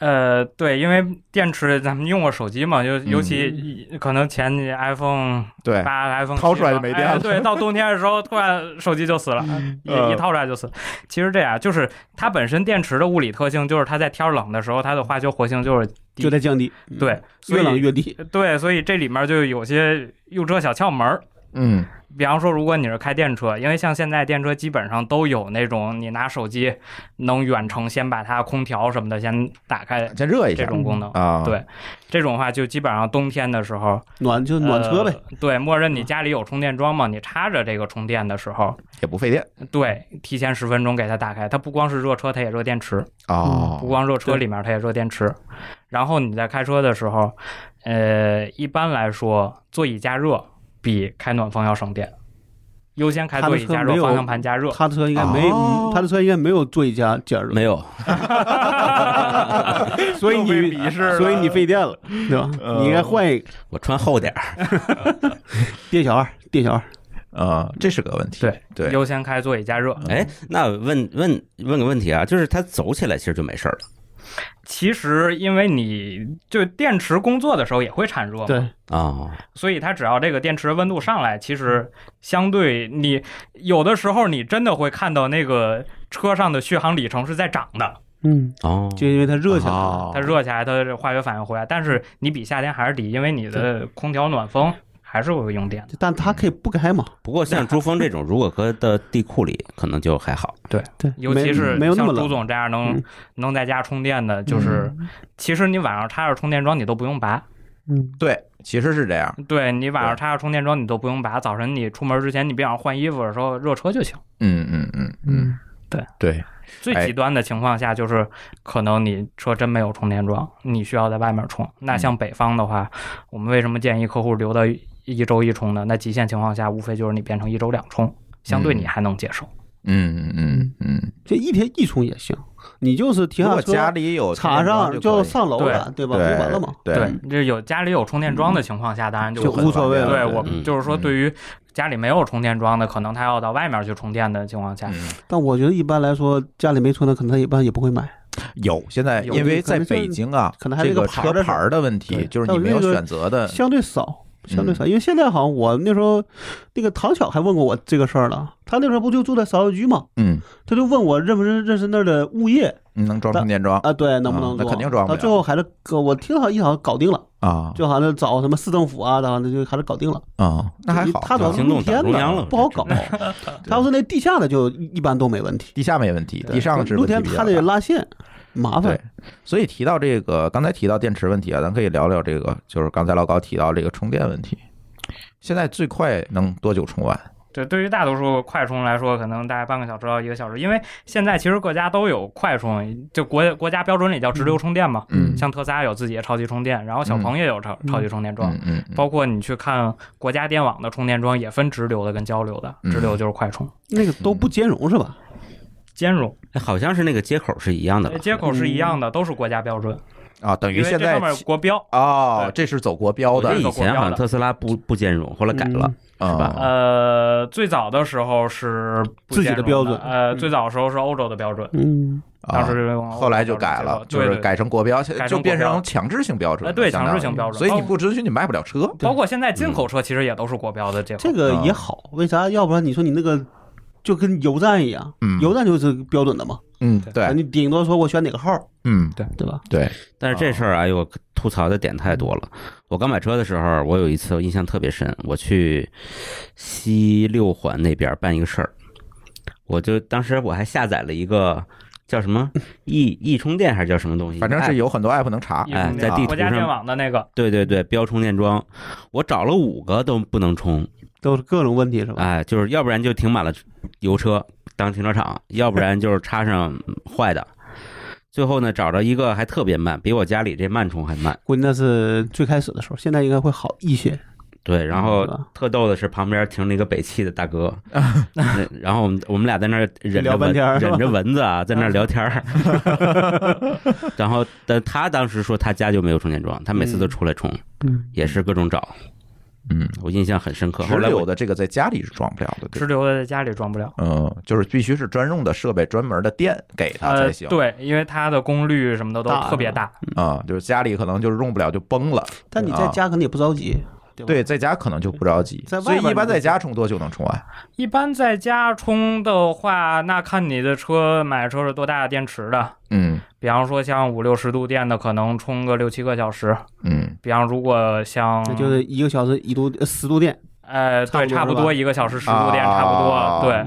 呃，对，因为电池咱们用过手机嘛，就尤其可能前几年 iPhone
对，
八、iPhone
掏出来
7
就没电
哎
了
对，到冬天的时候，突然手机就死
嗯
了，
呃
一一掏出来就死。其实这样，就是它本身电池的物理特性，就是它在天儿冷的时候，它的化学活性就是
就在降低，嗯
对，所
越冷
以
越低，
对，所以这里面就有些用这小窍门儿。
嗯，
比方说，如果你是开电车，因为像现在电车基本上都有那种你拿手机能远程先把它空调什么的先打开
先热一
这
下
种功能，
啊，
对这种的话就基本上冬天的时候
暖就暖车呗，
呃对，默认你家里有充电桩嘛，你插着这个充电的时候，
也不费电
对，提前十分钟给它打开，它不光是热车，它也热电池，
哦
嗯不光热车里面它也热电池。然后你在开车的时候，呃，一般来说座椅加热比开暖风要省电，优先开
它
座
的
椅
车
加热，
没有
方向 盘加热。
他的车应该没嗯
哦
他的车应该没有座椅加加热，
呃没有，
所以
又被
你
鄙视了
所以你费电了，对吧？
呃
你应该换一个
我穿厚点儿。
店小二，店小二，
啊，这是个问题。
对
对，
优先开座椅加热。
哎，那问问问个问题啊，就是它走起来其实就没事儿
其实，因为你就电池工作的时候也会产热
哦
嘛，
对，
了啊。
所以它只要这个电池温度上来，其实相对你有的时候你真的会看到那个车上的续航里程是在涨的，
嗯，
哦，
就因为它热起来了，
哦
它热起来，它的化学反应回来，但是你比夏天还是低，因为你的空调暖风还是会用电的。
但它可以不开嘛，
不过像珠峰这种，如果搁到地库里，可能就还好。
对，
尤其是
没没有那
像
么
朱
冷，
总这样能、
嗯
能在家充电的，就是、其实你晚上插着充电桩你都不用拔，
嗯，
对，其实是这样。
对你晚上插着充电桩你都不用拔，早晨你出门之前你别想换衣服的时候热车就行。
嗯嗯嗯嗯，对，
最
哎
极端的情况下，就是可能你车真没有充电桩，你需要在外面充。
嗯
那像北方的话，我们为什么建议客户留到一周一充呢？那极限情况下，无非就是你变成一周两充，相对你还能接受。
嗯嗯嗯。
这一天一充也行，你就是停
如
下
果
车，
家里有
插上
就
就
可以
上楼了，对吧？
对
不完了嘛，
对
对，这有家里有充电桩的情况下，当然就
就
很
无所谓了
对
对
我
嗯
就是说，对于家里没有充电桩的，可能他要到外面去充电的情况下，
嗯
但我觉得一般来说，家里没充的，可能他一般也不会买，
有现在，
有
因为在北京啊，
可能还
这
是
个
个牌
车
儿的事
牌
儿
儿的问题，
对
就是你没有选择的，
相对少。相
嗯
对少，因为现在好像我那时候，那个唐巧还问过我这个事儿了。他那时候不就住在芍药居嘛，
嗯，
他就问我认不认认识那儿的物业，
能装充电桩
啊，对，能不
啊
能
那
装？
肯定装不
到
了
最后还是呃我听好像一好像搞定了，
啊
就好像找什么市政府啊，然后那就还是搞定了。
啊，那还好，
他主要是
行动
露
党
天
中央了
的，不好搞。 他要是那地下的就一般都没问题，
地下没问题，地上是
露
问题
天
比较
他得
大
拉线，麻
对
烦。，
所以提到这个，刚才提到电池问题啊，咱可以聊聊这个，就是刚才老高提到这个充电问题。现在最快能多久充完？
对，对于大多数快充来说，可能大概半个小时到一个小时，因为现在其实各家都有快充，就国国家标准里叫直流充电嘛。
嗯
像特斯拉有自己的超级充电，然后小
嗯
鹏也有超、超级充电桩，
嗯嗯嗯
包括你去看国家电网的充电桩也分直流的跟交流的，
嗯
直流就是快充，
那个都不兼容 是吧？
兼容
哎好像是那个接口是一样的吧
呃？接口是一样的，都是国家标准。
啊，等于
因为
现
这
在
上面有国标，
哦，
对
这是走国标
我
这
的
觉
以
得
前好像特斯拉不不兼容，后来改了，
啊，
是吧
呃，最早的时候是不
自己的
兼容
标准
呃，
嗯
最早的时候是欧洲的标准，
嗯，
啊
当时
后来就改了，就
对
是
对，
改成国标，
改成
就变
国标
成强制性标准了。
呃对
相当于
强制性标准
所以
包
你
括
不准许你买不了车。
包括现在
嗯
进口车其实也都是国标的这
这
个。
个也好，为啥？要不然你说你那个就跟油站一样，
嗯
油站就是标准的嘛，啊
嗯，对，
你顶多说我选哪个号，
嗯，
对吧？
对，
但是这事
啊
儿，哎呦，我吐槽的点太多了。我刚买车的时候，我有一次我印象特别深，我去西六环那边办一个事儿，我就当时我还下载了一个叫什么易易充电还是叫什么东西，
反正是
哎
有很多 app 能查
一。
哎
种
在地
国
图
家
上
电网的那个，
对对对，标充电桩，我找了五个都不能充，
都是各种问题是吧？
哎，就是要不然就停满了油车当停车场，要不然就是插上坏的。最后呢，找着一个还特别慢，比我家里这慢充还慢。
估计那是最开始的时候，现在应该会好一些。
对，然后
是吧
特逗的是，旁边停了一个北汽的大哥，那然后我们我们俩在那儿忍
啊聊
着
半
蚊
天儿是吧啊
忍着蚊子啊，在那儿聊天儿。 然后，但他当时说他家就没有充电桩，他每次都出来充，
嗯
也是各种找。
嗯，
我印象很深刻。后
直
来
流
我
的这个在家里是装不了的，
直
对。
流的在家里装不了。
嗯，就是必须是专用的设备、专门的电给它
呃
才，行。
对，因为它的功率什么的都
大
特别大，
啊，就是家里可能就是用不了就崩了。
但你在家可能也不着急，
啊
对吧
对，在家可能就不着急，
在外
所以
边
一般
你就
在家充多久能充完？
一般在家充的话，那看你的车买车是多大的电池的。
嗯
比方说像五六十度电的，可能充个六七个小时。
嗯
比方如果像
那就是一个小时一度呃十度电，
呃，对，
差
差
不多是吧
不多一个小时十度电，差不
啊
多对。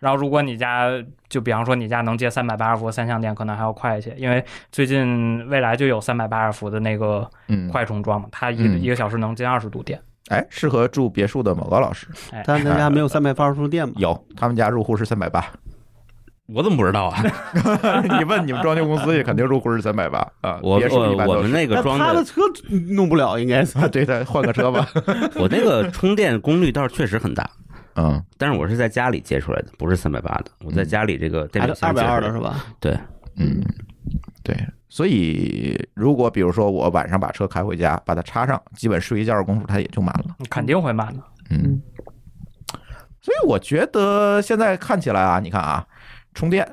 然后如果你家就比方说你家能接三百八十伏三相电，可能还要快一些，因为最近未来就有三百八十伏的那个
嗯，
快充桩嘛，它一
嗯
一个小时能接二十度电。
哎，适合住别墅的某高老师
但咱家没有三百八十度电嘛，
有，他们家入户是三百八。
我怎么不 知道啊？
你问你们装修公司，肯定入户是三百八啊。
我
别 墅一
我
般
我
都
们
是
那个
但
装
他的
的，
车弄不了，应该是。
啊，对的，换个车 吧。
我那个充电功率倒是确实很大，
嗯，
但是我是在家里接出来的，不是三百八的。我在家里这个电表
嗯还是
箱
二
接
百
出来
二的是吧？
对，
嗯，对。所以，如果比如说我晚上把车开回家，把它插上，基本睡一觉的功夫它也就满了。
肯定会慢的。
嗯，所以我觉得现在看起来啊，你看啊，充电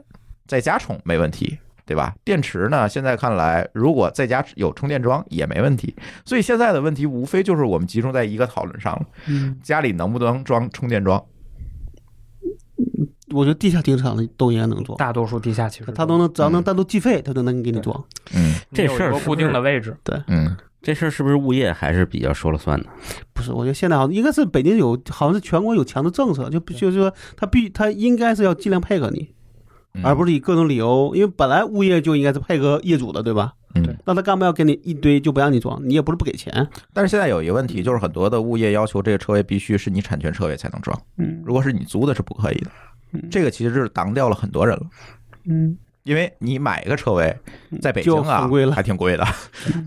在家充没问题，对吧？电池呢，现在看来，如果在家有充电桩也没问题。所以现在的问题无非就是我们集中在一个讨论上了：
嗯，
家里能不能装充电桩？
我觉得地下停车场的都应该能做，
大多数地下其实
他嗯都能只要能
嗯
单独计费，他都能给你装。
嗯
你
这
有
事儿
一个
是
固
不是
定的位置，
嗯
这事儿是不是物业还是比较说了算的？
不是，我觉得现在好像应该是北京有，好像是全国有强制政策，就就是说他必他应该是要尽量配合你，
嗯
而不是以各种理由，因为本来物业就应该是配合业主的，对吧？
嗯。
那他干嘛要给你一堆就不让你装？你也不是不给钱，
但是现在有一个问题，就是很多的物业要求这个车位必须是你产权车位才能装，
嗯
如果是你租的是不可以的
嗯。
这个其实是挡掉了很多人了，
嗯，
因为你买一个车位在北京
就
啊，
很贵了
还挺贵的。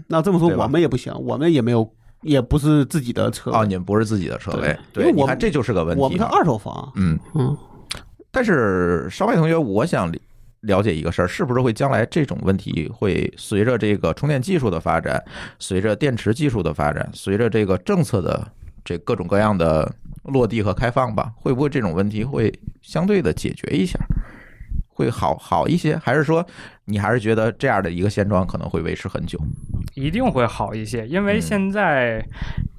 那这么说
嗯对吧
我们也不行，我们也没有，也不是自己的车，
哦，你们不是自己的车位，
对
对，
因为
你
我们
看这就是个问题。
我们是二手房，
嗯，
嗯，
但是烧麦同学，我想了了解一个事儿，是不是会将来这种问题会随着这个充电技术的发展，随着电池技术的发展，随着这个政策的这各种各样的落地和开放吧，会不会这种问题会相对的解决一下，会好好一些？还是说你还是觉得这样的一个现状可能会维持很久？
一定会好一些。因为
嗯
现在，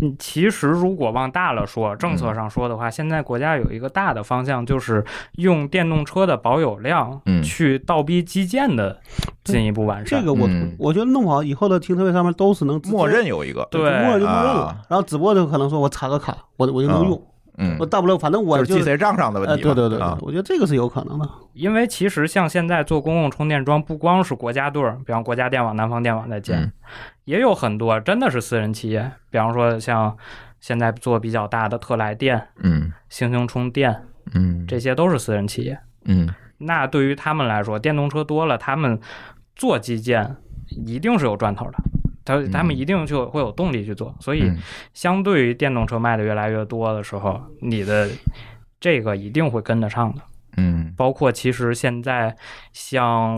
嗯其实如果往大了说，政策上说的话，现在国家有一个大的方向，就是用电动车的保有量
嗯
去倒逼基建的进一步完善。
这个我
嗯
我觉得弄不好以后的停车位上面都是能直接
默认有一个，
对
默认就默认
啊
了，然后只不过就可能说我插个卡，我我就能
嗯
用，
嗯
我，大不了反正我
就是
就
计谁账上的问
哎，
题
对
吧，
对对，对
啊，
我觉得这个是有可能的。
因为其实像现在做公共充电桩，不光是国家队儿，比方国家电网、南方电网在建，
嗯
也有很多真的是私人企业，比方说像现在做比较大的特来电、
嗯
星星充电，
嗯，
这些都是私人企业。
嗯
那对于他们来说，电动车多了，他们做基建一定是有赚头的，他他们一定就会有动力去做。所以
嗯，
相对于电动车卖的越来越多的时候，你的这个一定会跟得上的。
嗯
包括其实现在像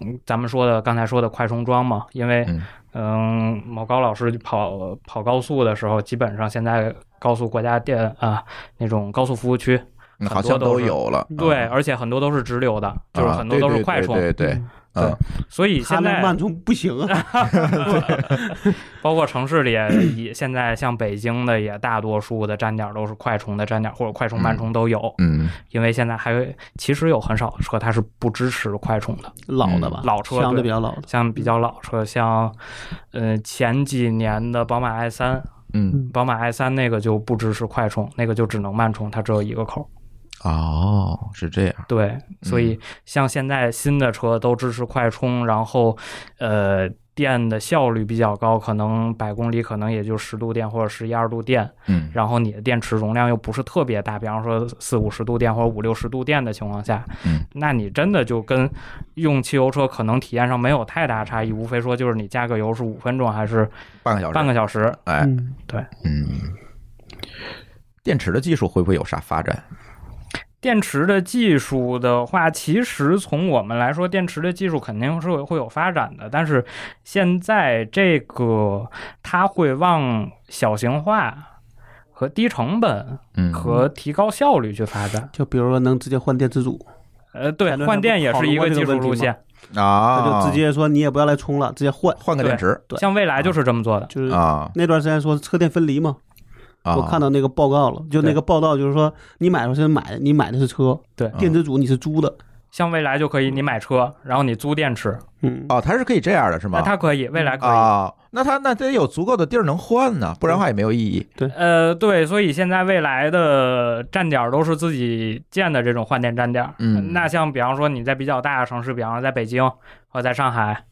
嗯咱们说的刚才说的快充桩嘛，因为
嗯
嗯，某高老师跑跑高速的时候，基本上现在高速国家电啊那种高速服务区，
嗯，好像都有了，
对，
嗯，
而且很多都是直流的，
啊
就是很多都是
对对
快充，
对对对，嗯
所以
他
现
那
在
慢充不行 啊，
包括城市里也 也现在像北京的也大多数的站点都是快充的站点，或者快充慢充都有，
嗯
因为现在还有其实有很少的车它是不支持快充的，
老的吧，
嗯老车
相对
对
比较老的。
像比较老车，像呃前几年的宝马 i 三，
嗯，
宝马 i 三那个就不支持快充，那个就只能慢充，它只有一个口。
哦，是这
啊
样，
嗯
对，所以像现在新的车都支持快充，然后呃电的效率比较高，可能百公里可能也就十度电或者十一二度电，
嗯
然后你的电池容量又不是特别大，比方说四五十度电或者五六十度电的情况下，
嗯
那你真的就跟用汽油车可能体验上没有太大差异，无非说就是你加个油是五分钟还是
半个小时，
半个小时。
哎，
嗯
嗯，电池的技术会不会有啥发展？
电池的技术的话，其实从我们来说，电池的技术肯定是会会有发展的，但是现在这个它会往小型化和低成本
嗯，
和提高效率去发展。
就比如说能直接换电池组，
呃，对
反，正
换电也是一
讨论过这个
技术
问题
路
吗
线。
啊，
那就直接说你也不要来充了，直接换，
换个电池
对
像未来就是这么做的。
就是
啊
那段时间说车电分离嘛，
啊！
我看到那个报告了，就那个报道就是说你买的是买的，你买的是车，
对
电池组你是租的，
像未来就可以，你买车，然后你租电池，
嗯，
哦，它是可以这样的，是
那
吗？
它可以，未来可以。
啊，那它那得有足够的地儿能换呢，不然的话也没有意义。
呃，对，所以现在未来的站点都是自己建的这种换电站点。
嗯
那像比方说你在比较大的城市，比方说在北京或者在上海，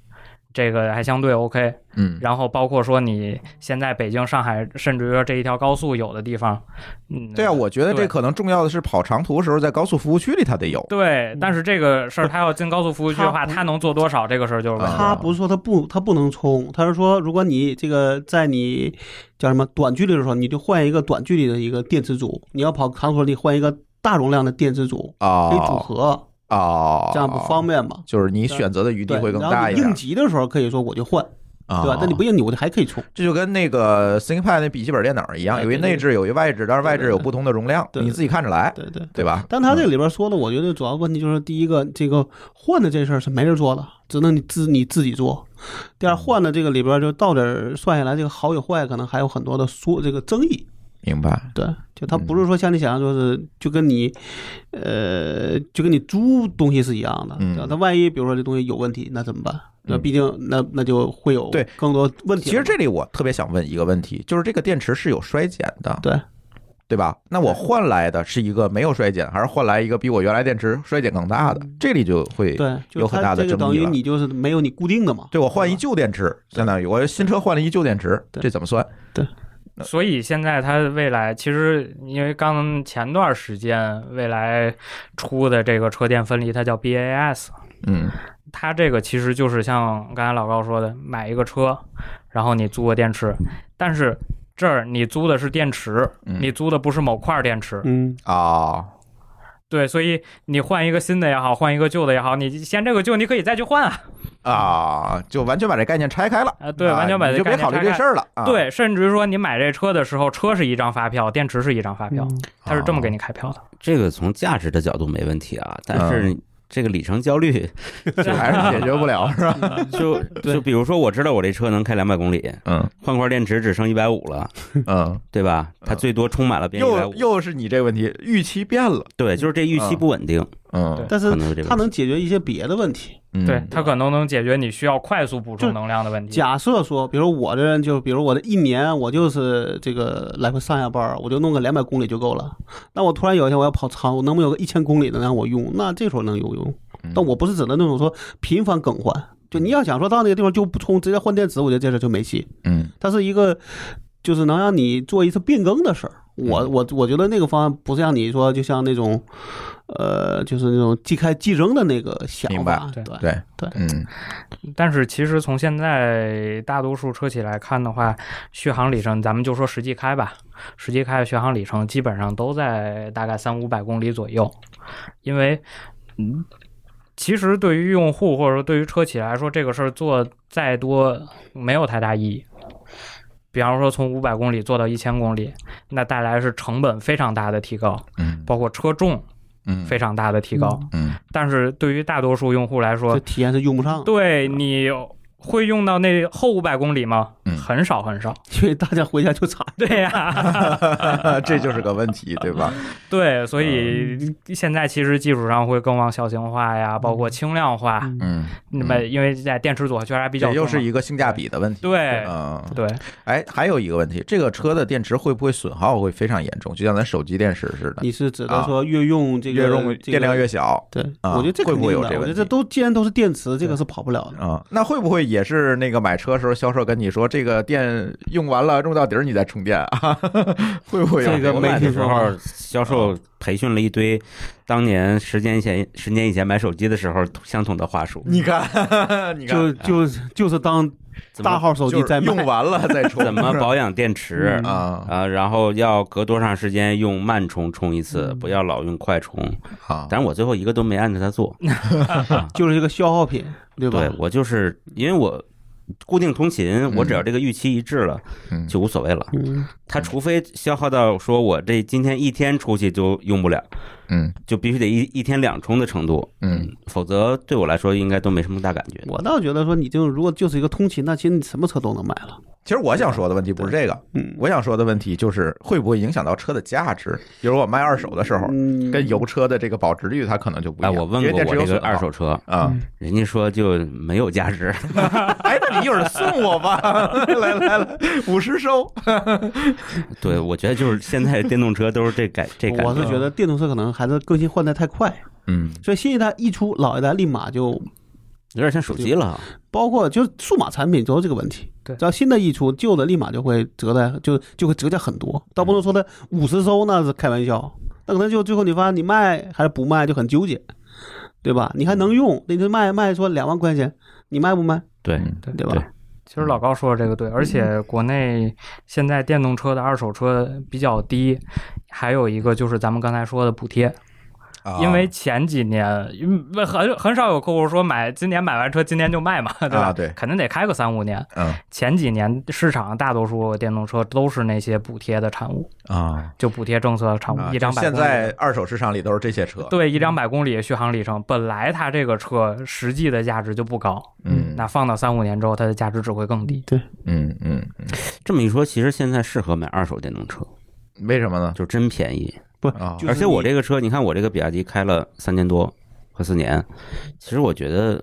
这个还相对 OK。
嗯
然后包括说你现在北京、上海，甚至于说这一条高速有的地方，嗯，
对啊，我觉得这
对
可能重要的是跑长途的时候，在高速服务区里它得有。
对，但是这个事儿他要进高速服务区的话，
他不
他能做多少，这个事儿就是问题。
他不是说他不他不能充，他是说如果你这个在你叫什么短距离的时候，你就换一个短距离的一个电池组，你要跑长途你换一个大容量的电池组
哦
可以组合，
哦，
这样不方
便，
便嘛？
就是你选择的余地
对，
会更
然后
大一
你
点
应，急的时候可以说我就换，
啊
对吧？但你不应急我就还可以充，
这就跟那个 ThinkPad 那笔记本电脑一样，
哎
有一
对对
内置，有一外置，但是外置
对对
有不同的容量，
对对
你自己看着来，
对对。
对吧？
但他这里边说的，我觉得主要问题就是第一个，这个换的这事儿是没人做的，只能你自你自己做。第
嗯
二，换的这个里边就到底儿算下来，这个好与坏可能还有很多的说这个争议。
明白，
对，就他不是说像你想象，
嗯
就是就跟你，呃，就跟你租东西是一样的。
嗯
对吧那万一比如说这东西有问题，那怎么办？那毕竟那那就会有
对
更多问题
其
了
实
嘛。
这里我特别想问一个问题，就是这个电池是有衰减的，
对
对吧？那我换来的是一个没有衰减，还是换来一个比我原来电池衰减更大的？这里就会
嗯对，就
有很大
他
的
这
争
个等
议
于
了
你就是没有你固定的嘛。
对我换一
对吧
旧电池，相当于我新车换了一旧电池，
对
这怎么算？嗯
所以现在它未来其实，因为刚前段时间未来出的这个车电分离，它叫 BAS，
嗯
它这个其实就是像刚才老高说的，买一个车，然后你租个电池，但是这儿你租的是电池，
嗯
你租的不是某块电池，
嗯，
啊，
对，所以你换一个新的也好，换一个旧的也好，你嫌这个旧，你可以再去换啊，
啊，就完全把这概念拆开了。
啊对
啊
完全把
你
这
就别
概念
考虑这
拆开
事儿了。啊，
对，甚至于说你买这车的时候，车是一张发票，电池是一张发票，
啊
嗯
它是
哦
这么给你开票的。
这个从价值的角度没问题啊，但是这个里程焦虑，
这还是解决不了，是吧？
就就比如说，我知道我这车能开两百公里，
嗯
换块电池只剩一百五了，
嗯，
对吧？它最多充满了变一百
又
五，
又是你这问题，预期变了。
对，就是这预期不稳定，
嗯
但是
可能是这个
它
问题。
能解决一些别的问题。
嗯
对，它可能能解决你需要快速补充能量的问题。
假设说，比如我这人就，比如我这一年我就是这个来回上下班儿，我就弄个两百公里就够了。那我突然有一天我要跑长，我能不能有个一千公里的让我用？那这时候能有用
嗯。
但我不是指的那种说频繁更换，就你要想说到那个地方就不充，直接换电池，我觉得这事儿就没戏。
嗯
它是一个就是能让你做一次变更的事儿。我我我觉得那个方案不像你说，就像那种，呃，就是那种即开即扔的那个想
明白
法，啊
对
对
对
对
嗯
但是其实从现在大多数车企来看的话，续航里程咱们就说实际开吧，实际开的续航里程基本上都在大概三五百公里左右，因为嗯。其实对于用户或者说对于车企来说，这个事儿做再多没有太大意义。比方说从五百公里做到一千公里，那带来是成本非常大的提高，
嗯
包括车重
嗯
非常大的提高。
嗯
但是对于大多数用户来说
嗯这，体验是用不上的，
对你会用到那后五百公里吗？
嗯
很少很少。
因为大家回家就查，
对 呀、
这就是个问题，对吧？
对，所以现在其实技术上会更往小型化呀，包括轻量化。
嗯
嗯，
那么因为在电池组合圈还比较
这
重嘛，
又是一个性价比的问题。
对
嗯，
对，
哎，还有一个问题，这个车的电池会不会损耗会非常严重，就像咱手机电池似的，啊
你是指的说越用这个
越用
这个
电量越小
对，
啊
我觉得这
会
肯
不
定
会
的，
有
我
这个问
觉得这
题
都既然都是电池，这个是跑不了的。
啊、那会不会也是那个买车时候销售跟你说，这个电用完了用到底儿你再充电啊？ 会不会啊有
这个
种
买
问
的
题
时候，销售培训了一堆当年十年前十年以前买手机的时候相同的话术，
你看， 你看，哎
就就就是当
怎么
大号手
就
机
是
在卖
用完了再充，
怎么保养电池
嗯
啊？
啊，然后要隔多长时间用慢充充一次，不要老用快充。
好，
但是我最后一个都没按照它做，
就是一个消耗品，对吧？
对我就是因为我固定通勤，我只要这个预期一致了
嗯
就无所谓了。
嗯，
它除非消耗到说我这今天一天出去就用不了，
嗯
就必须得一一天两充的程度，
嗯，
否则对我来说应该都没什么大感觉。
我倒觉得说你就如果就是一个通勤，那其实你什么车都能买了。
其实我想说的问题不是这个，
嗯，
我想说的问题就是会不会影响到车的价值？比如我卖二手的时候，
嗯
跟油车的这个保值率它可能就不一
哎，
样。
我问
因为
过
电池
我
有
这个
损耗
二手车，
啊，
人家说就没有价值。
哎，那你一会儿送我吧， 来来来，五十收。
对，我觉得就是现在电动车都是这感这感
我是
觉。
觉
啊
得电动车可能还是更新换代太快，
嗯
所以新一代一出，老一代立马就
有点像手机了，
包括就是数码产品都是这个问题。
对
只要新的一出，旧的立马就会折在，就就会折价很多。倒不能说它五十收那是开玩笑，那可能就最后你发现你卖还是不卖就很纠结，对吧？你还能用，那你就卖卖说两万块钱，你卖不卖？
对，
嗯
对吧？
对
其实老高说的这个对，而且国内现在电动车的二手车比较低，还有一个就是咱们刚才说的补贴，
啊
因为前几年因为很很少有客户说买今年买完车今年就卖嘛，对吧？
啊对
肯定得开个三五年。
嗯
前几年市场上大多数电动车都是那些补贴的产物，
啊，
就补贴政策的产物，
啊
一两
就
百公
现
里。
在二手市场里都是这些车。
对一两百公里续航里程，本来它这个车实际的价值就不高，
嗯
那放到三五年之后，它的价值只会更低。
嗯嗯，嗯
这么一说，其实现在适合买二手电动车，
嗯为什么呢？
就真便宜。
不，
啊
就是
而且我
你
这个车，你看我这个比亚迪开了三年多，快四年，其实我觉得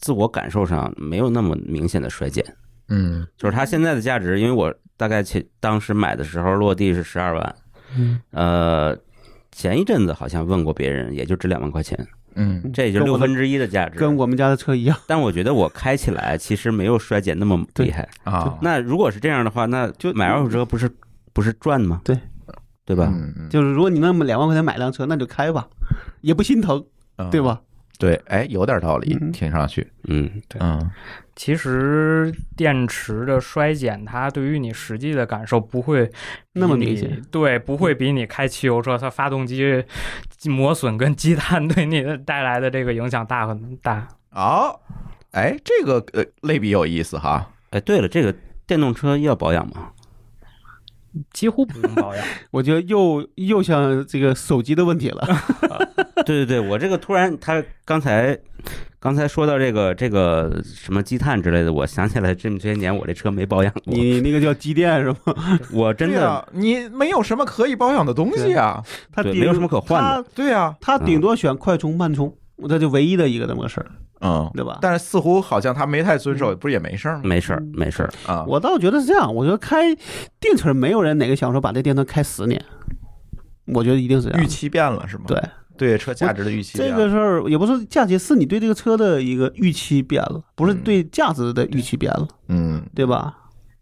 自我感受上没有那么明显的衰减，
嗯
就是它现在的价值，因为我大概前当时买的时候落地是十二万，
嗯
呃，前一阵子好像问过别人，也就值两万块钱，
嗯
这也就
跟
六
我的
分之一的价值。
跟我们家的车一样，
但我觉得我开起来其实没有衰减那么厉害。
啊，
那如果是这样的话，那就买二手车不是不是赚吗？
对，
对吧？
嗯嗯
就是如果你那么两万块钱买辆车，那就开吧，也不心疼，
嗯
对
啊
吧？
对，哎，有点道理，
嗯
听上去，
嗯，
对
嗯
其实电池的衰减，它对于你实际的感受不会比
那么
你
明显，
对，不会比你开汽油车，它发动机磨损跟积碳对你的带来的这个影响大很大。
好，哎，这个呃类比有意思哈，
哎，对了，这个电动车要保养吗？
几乎不用保养，
我觉得又又像这个手机的问题 了，
对对对，我这个突然他刚才刚才说到这个这个什么积碳之类的，我想起来这么些年我这车没保养过，
你那个叫积电是吗？
我真
对
的
啊，你没有什么可以保养的东西啊，
它
对
顶
没有什么可换的
它
对啊，
他顶多选快充、慢充，这就唯一的一个这么个事儿，
嗯，
对吧？
但是似乎好像他没太遵守，不是也没事儿吗？
没事儿没事儿，
啊，
嗯我倒觉得是这样，我觉得开电池没有人哪个想说把这电池开十年，我觉得一定是这
预
样。
期变了是吗？
对
对，车价值的预期啊
这
变
个
了，
事儿，也不是价值，是你对这个车的一个预期变了，不是对价值的预期变了，
嗯，
对吧？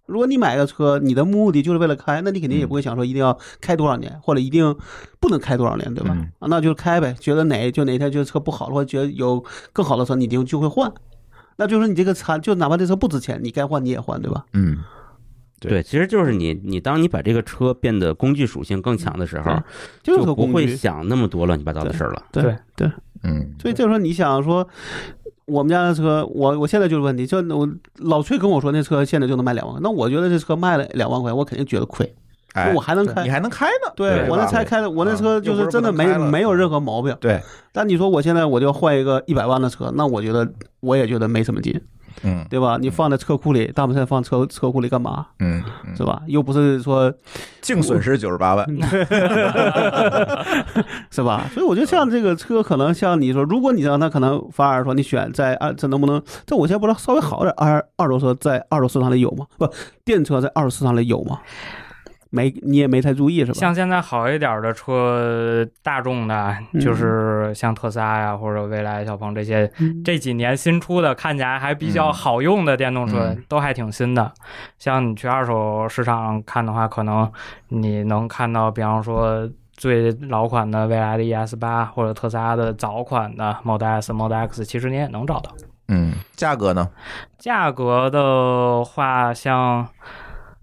如果你买个车，你的目的就是为了开，那你肯定也不会想说一定要开多少年，或者一定不能开多少年，对吧？
嗯
啊，那就开呗，觉得哪就哪天觉得车不好了，或者觉得有更好的车，你就就会换。那就是你这个车，就哪怕这车不值钱，你该换你也换，对吧？
嗯对
对，其实就是你，你当你把这个车变得工具属性更强的时候，
就是个
就不
工
会
具。
想那么多乱七八糟的事儿了。
对
对，
嗯
所以这时候你想说，我们家的车，我我现在就是问题，就我老崔跟我说那车现在就能卖两万块，那我觉得这车卖了两万块，我肯定觉得亏，
哎
我，还能
你
开。
还能开呢？
对
吧
我那才开的，我那车就是真的没
又不是不能开了
没有任何毛病。
对，
但你说我现在我就要换一个一百万的车，那我觉得我也觉得没什么劲，
嗯
对吧？你放在车库里，大部分放车车库里干嘛？
嗯，
是吧？又不是说
净损失九十八万，
嗯是吧？所以我觉
嗯
得像这个车，可能像你说，如果你让他可能反而说你选在二，这能不能？这我现在不知道，稍微好点二二手车在二手市场里有吗？不，电车在二手市场里有吗？没，你也没太注意是吧？
像现在好一点的车，大众的，
嗯
就是像特斯拉呀、或者蔚来、小鹏这些，
嗯
这几年新出的看起来还比较好用的电动车，
嗯
都还挺新的。像你去二手市场看的话，可能你能看到，比方说。最老款的蔚来的 ES 八，或者特斯拉的早款的 Model S、Model X，其实你也能找到。
嗯，价格呢？
价格的话，像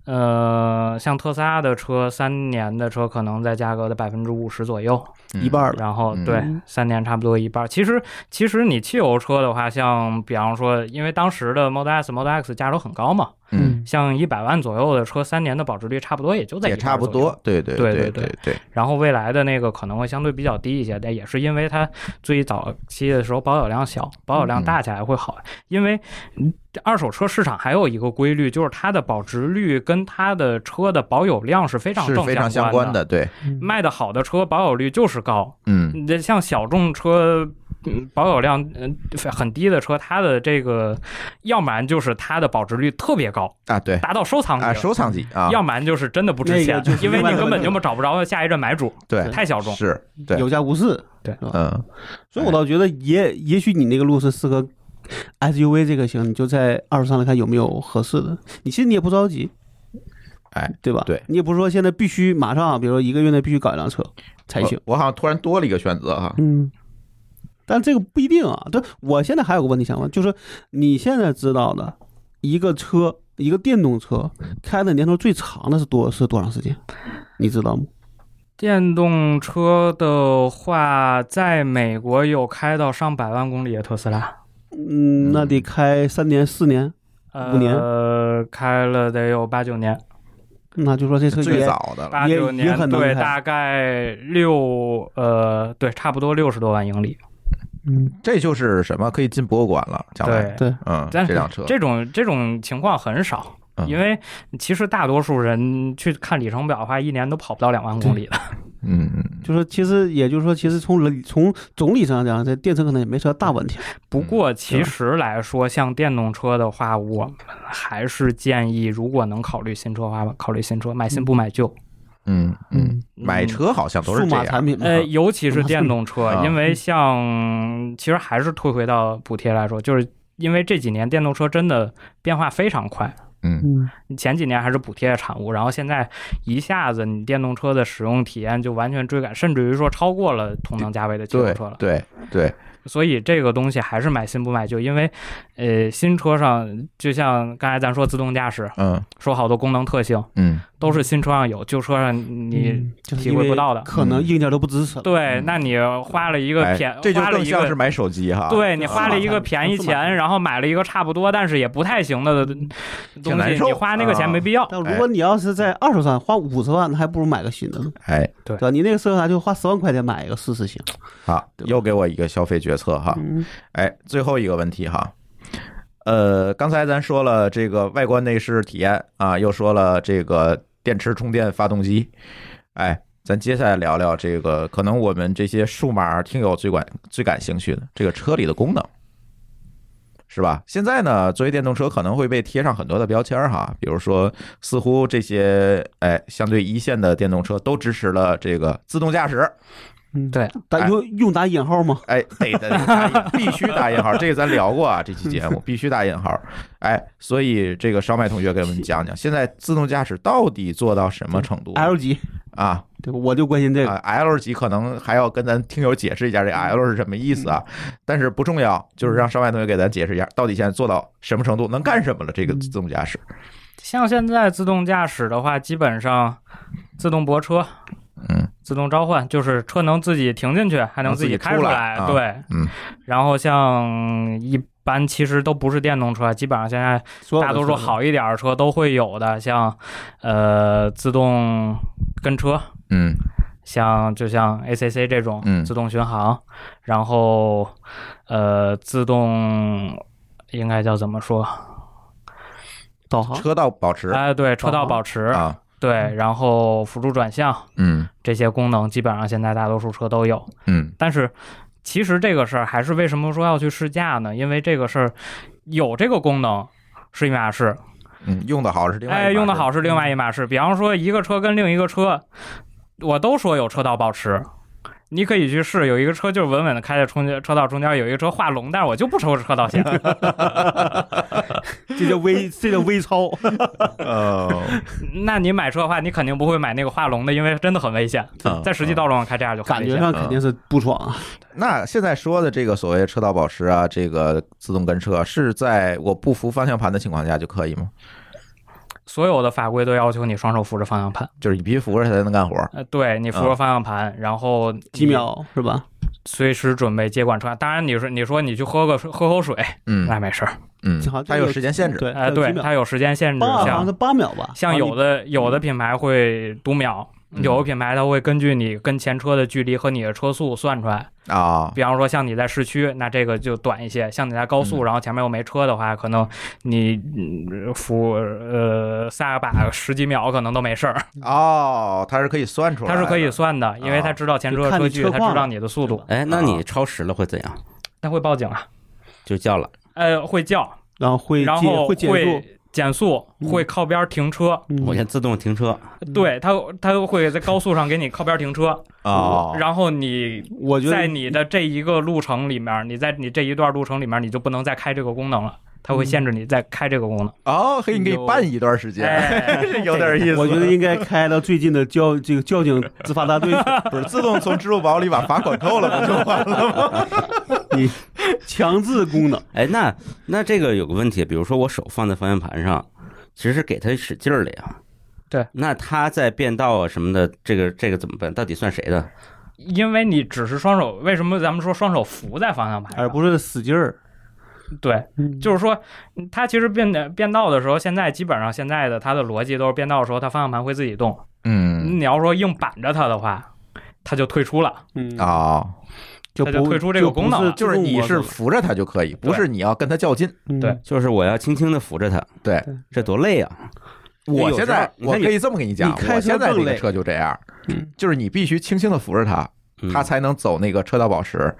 呃，像特斯拉的车，三年的车可能在价格的百分之五十左右，
嗯
一半儿了，
然后
嗯
对，三年差不多一半儿。其实，其实你汽油车的话，像比方说，因为当时的 Model S、Model X 价格都很高嘛，
嗯，
像一百万左右的车，三年的保值率差不多也就在
也
1%
差不
左右
多。，对对
对
对
对
对，
然后未来的那个可能会相对比较低一些，但也是因为它最早期的时候保有量小，保有量大起来会好。因为嗯这二手车市场还有一个规律，就是它的保值率跟它的车的保有量是非常
是
正
非常相
关
关。的，对，
卖的好的车保有率就是高，
嗯
你这像小众车。嗯保有量嗯很低的车，它的这个，要不然就是它的保值率特别高，
啊对
达到收藏级
啊
了，
收藏级啊，
要不然就是真的不值
那个
钱
就，是
因为
另外
你
一个
根本
问题
就找不着下一任买主，
对
太小众。
是，对
有价无市。
嗯
所以我倒觉得也也许你那个路是适合 SUV 这个型，你就在二手市场里看有没有合适的。你其实你也不着急，
哎，
对吧？
对
你也不是说现在必须马上，比如说一个月内必须搞一辆车才行。
我。我好像突然多了一个选择哈，
嗯，但这个不一定啊。对，我现在还有个问题想问，就是你现在知道的一个车，一个电动车开的年头最长的是多是多长时间？你知道吗？
电动车的话，在美国有开到上百万公里的特斯拉，
嗯，那得开三年四年，
呃，
五年
开了得有八九年，
那就说这车
最
也
早的了，
八九
也
年
很能
对，
开
大概六呃，对，差不多六十多万英里。
嗯，
这就是什么可以进博物馆了，将来
对，
对，
嗯，
但
这辆车，
这种这种情况很少。
嗯
因为其实大多数人去看里程表的话，一年都跑不到两万公里的。
嗯嗯
就说其实也就是说，其实从人从总理上讲，这电车可能也没啥大问题。
不过其实来说，像电动车的话，我们还是建议，如果能考虑新车的话，考虑新车，买新不买旧。
嗯嗯，
嗯
买车好像都
数
是这
码
样，
产品嘛，
呃，尤其是电动
啊
车，因为像其实还是退回到补贴来说，就是因为这几年电动车真的变化非常快。
嗯
嗯，
前几年还是补贴的产物，然后现在一下子你电动车的使用体验就完全追赶，甚至于说超过了同等价位的汽油
对
车了。
对对，
所以这个东西还是买新不买旧，因为呃新车上就像刚才咱说自动驾驶，
嗯
说好多功能特性
嗯
都是新车上有，旧车上你
嗯就是
体会
因为
不到的
可能硬件都不支持了。
对
嗯，
那你花了一个
哎
便，
这就
花了
更
一
像
个
是买手机哈，
对你
就是
花
嘛
了一个
它
便宜
就是嘛
钱，然后买了一个差不多，但是也不太行的东
嗯难
西，
受啊
你花那个钱没必要。
但如果你要是在二手上花五十万，那还不如买个新的呢，
哎，
对
对吧？你那个车啥就花十万块钱买一个试试行。
好，
对吧
又给我一个消费决策哈，
嗯
哎，最后一个问题哈，呃，刚才咱说了这个外观内饰体验啊，又说了这个电池充电发动机，哎，咱接下来聊聊这个可能我们这些数码听友最感最感兴趣的这个车里的功能。是吧？现在呢，作为电动车可能会被贴上很多的标签儿哈，比如说，似乎这些哎相对一线的电动车都支持了这个自动驾驶，
嗯
对，
打用用打引号吗？
哎，得得得打引，必须打引号，这个咱聊过啊，这期节目必须打引号。哎，所以这个烧麦同学给我们讲讲，现在自动驾驶到底做到什么程度
L 级，
啊？
对吧？我就关心这个。
啊，L 级可能还要跟咱听友解释一下这 L 是什么意思啊，
嗯
但是不重要，就是让烧麦同学给咱解释一下，到底现在做到什么程度，能干什么了？这个
嗯
自动驾驶，
像现在自动驾驶的话，基本上自动泊车、
嗯
自动召唤，就是车能自己停进去，还能
能自己
己开
出来
来。
啊
对，
嗯，
然后像一般其实都不是电动车，基本上现在
所有的
大多数
车都
好一点儿的车都会有的，像呃自动跟车，
嗯
像就像 ACC 这种
嗯
自动巡航，然后呃自动应该叫怎么说？
导航，
车道保持
哎、对，车
导
道
航
保持，
啊，
对，然后辅助转向
嗯
这些功能，基本上现在大多数车都有。
嗯
但是其实这个事儿还是为什么说要去试驾呢？因为这个事儿有这个功能。是一码事，
嗯，用的好是另外一码
哎，
事
用的好是另外一码事。比方说，一个车跟另一个车，我都说有车道保持，你可以去试。有一个车就是稳稳的开在中间车道中间，有一个车画龙，但是我就不抽车 道线。
这叫微，这叫微 超。
呃，
那你买车的话，你肯定不会买那个画龙的，因为真的很危险，
嗯
在实际道路上开这样就很
感
危
觉
险。
上肯定是不爽啊。
那现在说的这个所谓车道保持啊，这个自动跟车啊是在我不扶方向盘的情况下就可以吗？
所有的法规都要求你双手扶着方向盘。
就是你必须扶着它才能干活。
呃，对你扶着方向盘，然后
嗯几，
嗯
秒是吧？
随时准备接管车。当然，你说你说你去喝个水喝口水，
嗯
那没事儿。
嗯
好，像
它有时间限制。
对，
哎，
有
对
几，秒
它有时间限制，
八好像是
像
八秒吧？
像有
的
的有
嗯
的品牌会读秒。
嗯
有的品牌它会根据你跟前车的距离和你的车速算出来，
啊，
比方说像你在市区，那这个就短一些；像你在高速，
嗯
然后前面又没车的话，可能你嗯扶呃撒个把十几秒可能都没事儿。
哦，它是可以算出来
它
的，
是可以算的，因为它知道前车
啊就
的
看你
车距，
车
它
况
知道你的速度，
哎，那你超时了会怎样？
它会报警啊，
就叫了。
呃，会叫，
然后会
然
减
后
会减速，
减速，
嗯
会靠边停车，
嗯
我先自动停车，
对它它会在高速上给你靠边停车，
哦，
然后你。
我觉得
在你的这一个路程里面，你在你这一段路程里面，你就不能再开这个功能了，它会限制你再开这个功能。
哦，可以给你
有
办一段时间，
哎，
有点意思。
我觉得应该开到最近的交这个交 警执法大队去，
不是自动从支付宝里把罚款扣了，不就完了吗？
你强制功能，
哎，那那这个有个问题，比如说我手放在方向盘上，其实是给它使劲儿了呀。
对，
那它在变道啊什么的，这个这个怎么办？到底算谁的？
因为你只是双手，为什么咱们说双手扶在方向盘上？
哎
而不是使劲儿。
对，
就
就是说，嗯它其实变的变道的时候，现在基本上现在的它的逻辑都是变道的时候，它方向盘会自己动。
嗯，
你要说硬板着它的话，它就退出了。
啊，
哦，
就
嗯它就
不
退出这个
就不
功能了
就是你
自
是
动模式
扶着它就可以，不
对
是你要跟它较劲。
了
对
嗯
就是我要轻轻的扶着它，
对，
这多累啊！
我
有
现
时候
在
你
哎我
看
可以这么跟你讲
你，开
我
车
现在这
更
个
累
车就这样，
嗯
就是你必须轻轻的扶着它，
你
它才能走那个车道保持。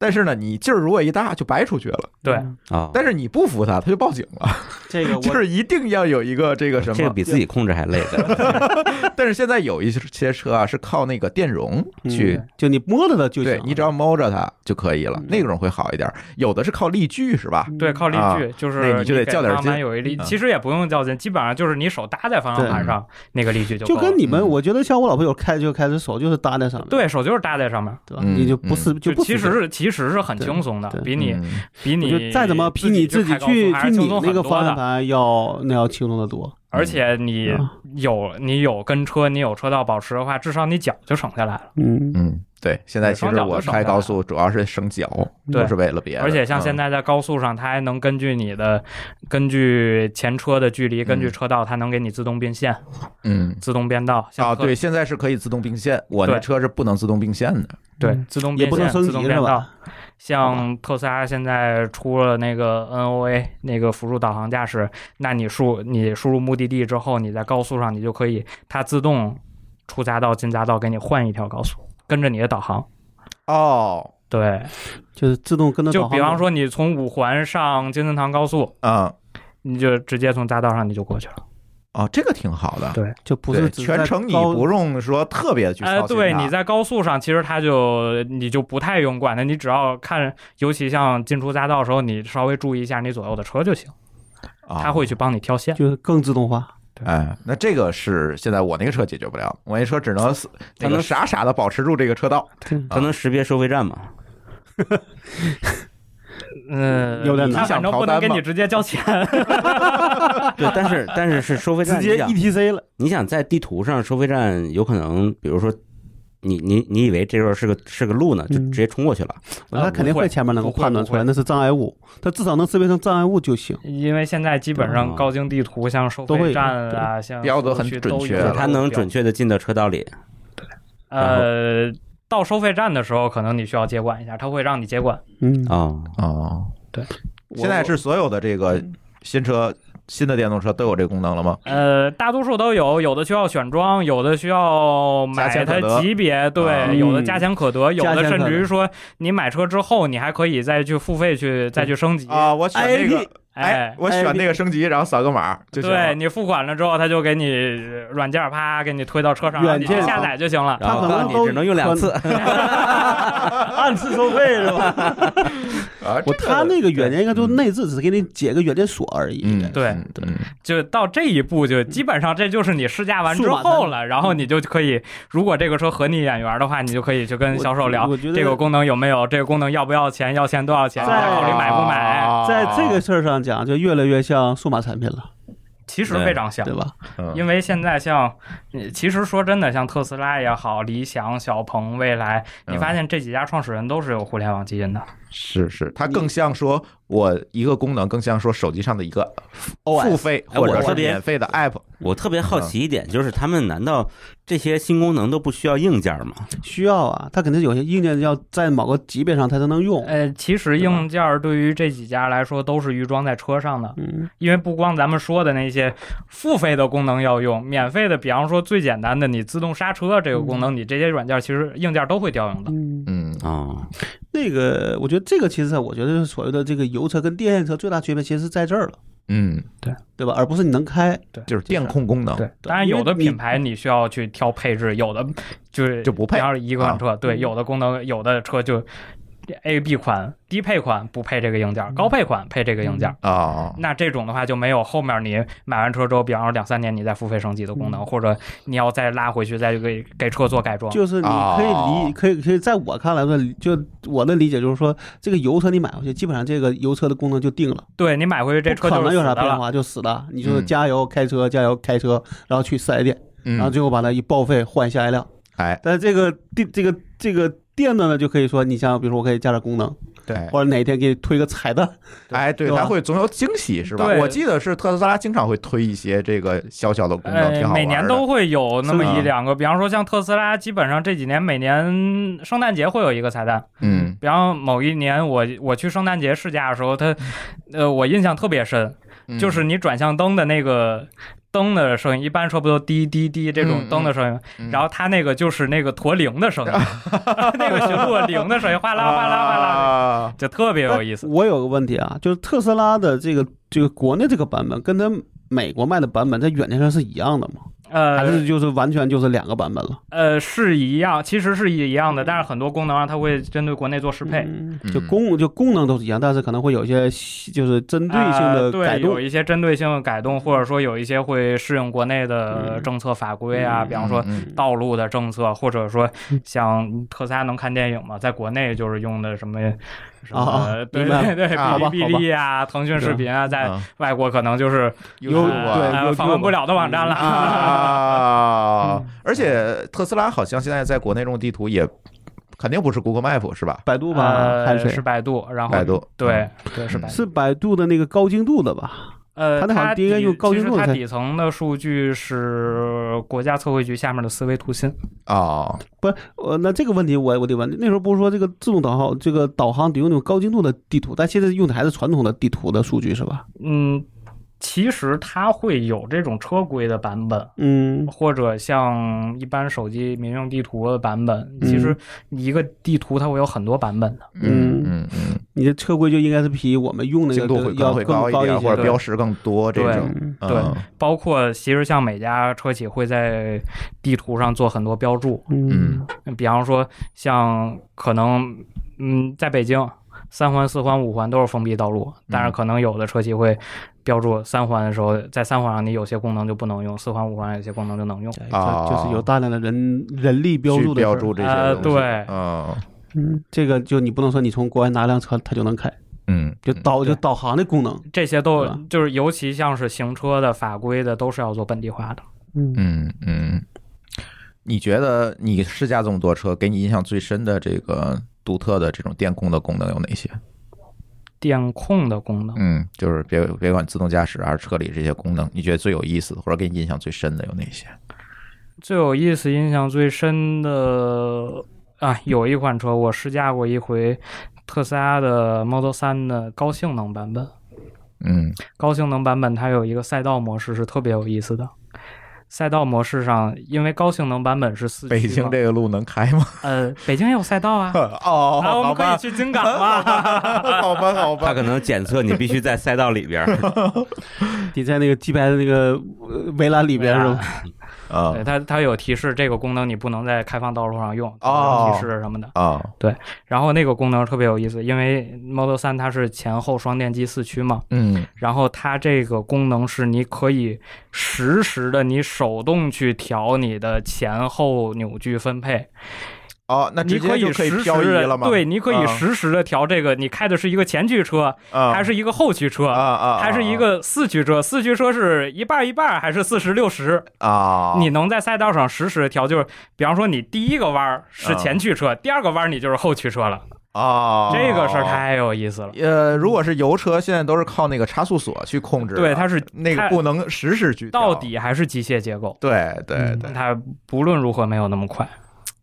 但是呢，你劲儿如果一大就掰出去了，
对，
嗯
啊，
但是你不扶它，它就报警了。
这个
就
我
是一定要有一个这个什
这个
么。
比自己控制还累 的。
但是现在有一些车啊是靠那个电容
嗯
去，
嗯就你摸着它就
对
行，
你只要摸着它就可以了
嗯，
那种会好一点。有的是靠力矩是吧？
嗯对，靠力
啊
矩就是
那你就得
给
较点
方向盘
劲
有一力，
嗯
其实也不用较劲，基本上就是你手搭在方向盘上那个力矩就
就
够了
跟你们，
嗯
我觉得像我老婆有开就开始手就是搭在上面，
对手就是搭在上面，
对吧？
嗯
你就不是
就
不
其
使劲
实是其实是很
对
轻松的
对，
比你
嗯
比
我
你
就再怎么比你自
自
己
开高
去
速还
去
是轻
拧
松
那
很
个
多
方向
的。
盘要那要轻松的多。
而且你
啊
有你有跟车，你有车道保持的话，至少你脚就省下来了。
嗯，
嗯，对，现在其实我开高速主要是省脚，
对
不是为了别的。
而且
嗯
像现
在，
在在高速上，它还能根据你的，根据前车的距离，根据
嗯
车道，它能给你自动变线、
嗯，
自动变道。像
啊，
特
对，现在是可以自动并线，我那
对
车是不能自动并线的。
对，自动
嗯也
变
不能
线、
升
自
级
动
是
变道
吧。？
像特斯拉现在出了那个 NOA 那个辅助导航驾驶，那你输你输入目的地之后，你在高速上你就可以它自动出匝道进匝道给你换一条高速，跟着你的导航。
哦，
对，
就是自动跟着
就
导航
比方
走
说你从五环上金森堂高速，
嗯，
你就直接从匝道上你就过去了。
哦，这个挺好的。
对，就不
对
是只是在
全程你
高
不用说特别去
哎，
操心
对，
它
你在高速上，其实它就你就不太用管它，你只要看，尤其像进出匝道的时候，你稍微注意一下你左右的车就行，
啊
它会去帮你挑线。
就是更自动化。
哎，那这个是现在我那个车解决不了，我那车只能死那
它
个
能
傻傻的保持住这个车道。
它能识别收费站 吗？
嗯，
有点
它
难
反正不能给你直接交钱。
对，但是但是是收费
直
站，
接
你
E
想
ETC 了，
你想在地图上收费站有可能，比如说你你你以为这段是个是个路呢，就
嗯
直接冲过去了。
我
啊
他肯定会前面能够判断出来那是障碍物，他至少能识别成障碍物就行。
因为现在基本上
哦
高精地图，像收
都会
费
有
站啊，像
标得
服务
很
区
准
都
确
有
对啊
它能
标
准确的啊进到车道里，
呃，到收费站的时候，可能你需要接管一下，它会让你接管。
嗯，
哦，
哦，
对，
现在是所有的这个新车、新的电动车都有这个功能了吗？
呃，大多数都有，有的需要选装，有的需要买
加钱可得
它级别，
嗯
对，有的加钱可得，有
加钱可
的
得
甚至于说你买车之后，你还可以再去付费去再去升级。
啊，我选那个，哎
嗯哎，
我选那个升级，然后扫个码就行了
对。你付款了之后，它就给你软件啪给你推到车上，
软
然后你去
件
下载就行了。
然后
它可
告
能
啊
诉你
都
只能用两次，
按次收费是吧？
啊，这
我
个
他那个软件应该就是内置，只是给你解个软件锁而已。
嗯，
对
嗯嗯
就到这一步，就基本上这就是你试驾完之后了，然后你就可以，如果这个车合你眼缘的话，你就可以去跟销售聊
我我觉得
这个功能有没有，这个功能要不要钱，要钱多少钱，
在
再考虑买不买。
啊
在这个事儿上讲，就越来越像数码产品了，
其实非常像
对，吧？
嗯
因为现在像，呃其实说真的，像特斯拉也好，理想、小鹏、蔚来，
嗯
你发现这几家创始人都是有互联网基因的。
是是，它更像说我一个功能，更像说手机上的一个
哦
付费
哎
或者
我
是
特别
免费的 app。
我特别好奇一点，就是他们难道这些新功能都不需要硬件吗？
需要啊，它肯定有些硬件要在某个级别上它才能用。
呃，其实硬件儿对于这几家来说都是预装在车上的，
嗯，
因为不光咱们说的那些付费的功能要用，免费的，比方说最简单的你自动刹车这个功
嗯
能，你这些软件其实硬件都会调用的。
嗯
哦，
那个我觉得这个其实啊我觉得是所谓的这个油车跟电现车最大区别其实是在这儿了，
嗯，
对吧？而不是你能开，
就是电控功能。
当然有的
因为你
品牌你需要去挑配置，有的就是
就不配
比方说一款
嗯
车，对，有的功能，有的车就 A、B 款低配款不配这个硬
嗯
件，高配款配这个硬件。
啊，
那这种的话就没有后面你买完车之后，比方说两三年你再付费升级的功能，或者你要再拉回去再给给车做改
嗯
装。
就是你可以
哦
啊
理，可以可以，在我看来呢，就我的理解就是说，这个油车你买回去，基本上这个油车的功能就定了，
对你买回去这
不可
车就是
能
死
有啥
的
变
了。
化，就死的。你就是
嗯
加油开车，加油开车，然后去四 S 店，然后
嗯，
最后把它一报废换下一辆。
哎，
但是这个电这个这个电的呢，就可以说，你像比如说我可以加点功能，
哎
对，
或者哪天给你推个彩蛋，
哎，对，
对吧
它会总有惊喜，是吧？
对
我记得是特斯拉经常会推一些这个小小的功能，挺
呃，
好玩的。
每年都会有那么
是吗啊
一两个，比方说像特斯拉，基本上这几年每年呃圣诞节会有一个彩蛋。
嗯
比方某一年我我去圣诞节试驾的时候，它，呃，我印象特别深，
嗯
就是你转向灯的那个灯的声音，一般车不都滴滴滴这
嗯
种灯的声音，
嗯
然后它那个就是那个驼铃的声音， 那个巡逻铃的声音，哗啦哗啦哗啦，
啊
就特别有意思。
我有个问题啊，就是特斯拉的这个这个国内这个版本跟它美国卖的版本在软件上是一样的吗？还
呃
是就是完全就是两个版本了？
呃，是一样，其实是一样的，但是很多功能上啊它会针对国内做适配。
嗯
嗯
就功就功能都是一样，但是可能会有一些细就是针对性
呃
的
对
改动
有。一些针对性的改动，或者说有一些会适应国内的政策法规啊，
嗯
比方说
嗯嗯
道路的政策，或 者说像特斯拉能看电影吗？在国内就是用的什么什么，
啊
对
明白了
对
啊
对，哔哩
好吧
哔哩啊，腾讯视频啊，在
啊
外国可能就是
优
有嗯啊
酷
对
啊
呃
YouTube
访问不了的嗯网 站了。
啊！而且
嗯
特斯拉好像现在在国内用地图也肯定不是 Google Map 是吧？
百度吧，
呃
还，是
是
谁
百度，然后
百度
嗯
对对是百度。
是百度的那个高精度的吧？
呃，
它嗯那好像
它
第一个
底
用高精
其
度
实它
才
底层的数据是国家测绘局下面的思维图新。
哦，
呃，那这个问题我我得问，那时候不是说这个自动导航这个导航得用那种高精度的地图，但现在用的还是传统的地图的数据是吧？
嗯，其实它会有这种车规的版本，
嗯
或者像一般手机民用地图的版本，其实一个地图它会有很多版本的。
嗯嗯嗯，
你的车规就应该是比我们用那
精
个
度会可
要
能会
更
高
一
点，或者
对
标识更多这
对
种。
嗯
对
嗯，
包括其实像每家车企会在地图上做很多标注，
嗯
嗯
比方说像可能嗯，在北京三环、四环、五环都是封闭道路，但是可能有的车企会标注三环的时候，在三环上你有些功能就不能用，四环、五环有些功能就能用。
哎它就是有大量的人人力标
啊去
注的
标
事儿
注这
呃
些东西。
对
嗯
嗯，这个就你不能说你从国外拿辆车它就能开，
嗯，
就
嗯
导就
对
导航的功能。
这些都
是吧
就是，尤其像是行车的法规的，都是要做本地化的。
嗯
嗯嗯，你觉得你试驾这么多车，给你印象最深的这个独特的这种电控的功能有哪些？
电控的功能，
嗯，就是别别管自动驾驶还是车里这些功能，你觉得最有意思的或者给你印象最深的有哪些？
最有意思、印象最深的啊，有一款车我试驾过一回，特斯拉的 Model 3的高性能版本。
嗯
高性能版本它有一个赛道模式是特别有意思的。赛道模式上，因为高性能版本是四驱嘛，
北京这个路能开吗？，
呃，北京也有赛道 啊
哦，
啊，我
好
们可以
吧，
去京港嘛。
好吧，好
他
吧，
可能检测你必须在赛道里边儿，
你在那个 G 牌的那个呃围栏里边是吧？
啊
对它，它有提示这个功能你不能在开放道路上用，
哦
有提示什么的。
啊，
然后那个功能特别有意思，因为 Model 3它是前后双电机四驱嘛，
嗯
然后它这个功能是你可以实时的你手动去调你的前后扭矩分配，
哦，那
你
直接就
以
可以
实时
漂移
的
了吗？
对，你可以
啊
实时的调这个，你开的是一个前驱车，
啊
还是一个后驱
啊
车，
啊，
还是一个四驱车？四驱车是一半儿一半儿，还是四十六十？
啊，
你能在赛道上实时地调，就是比方说你第一个弯儿是前驱车，第二个弯儿你就是后驱车了，
啊，
这个事儿太有意思了。
呃，如果是油车，现在都是靠那个差速锁去控制的，
对，它是
那个
它
不能实时去调
到。底还是机械结构，
对对对，
它不论如何没有那么快。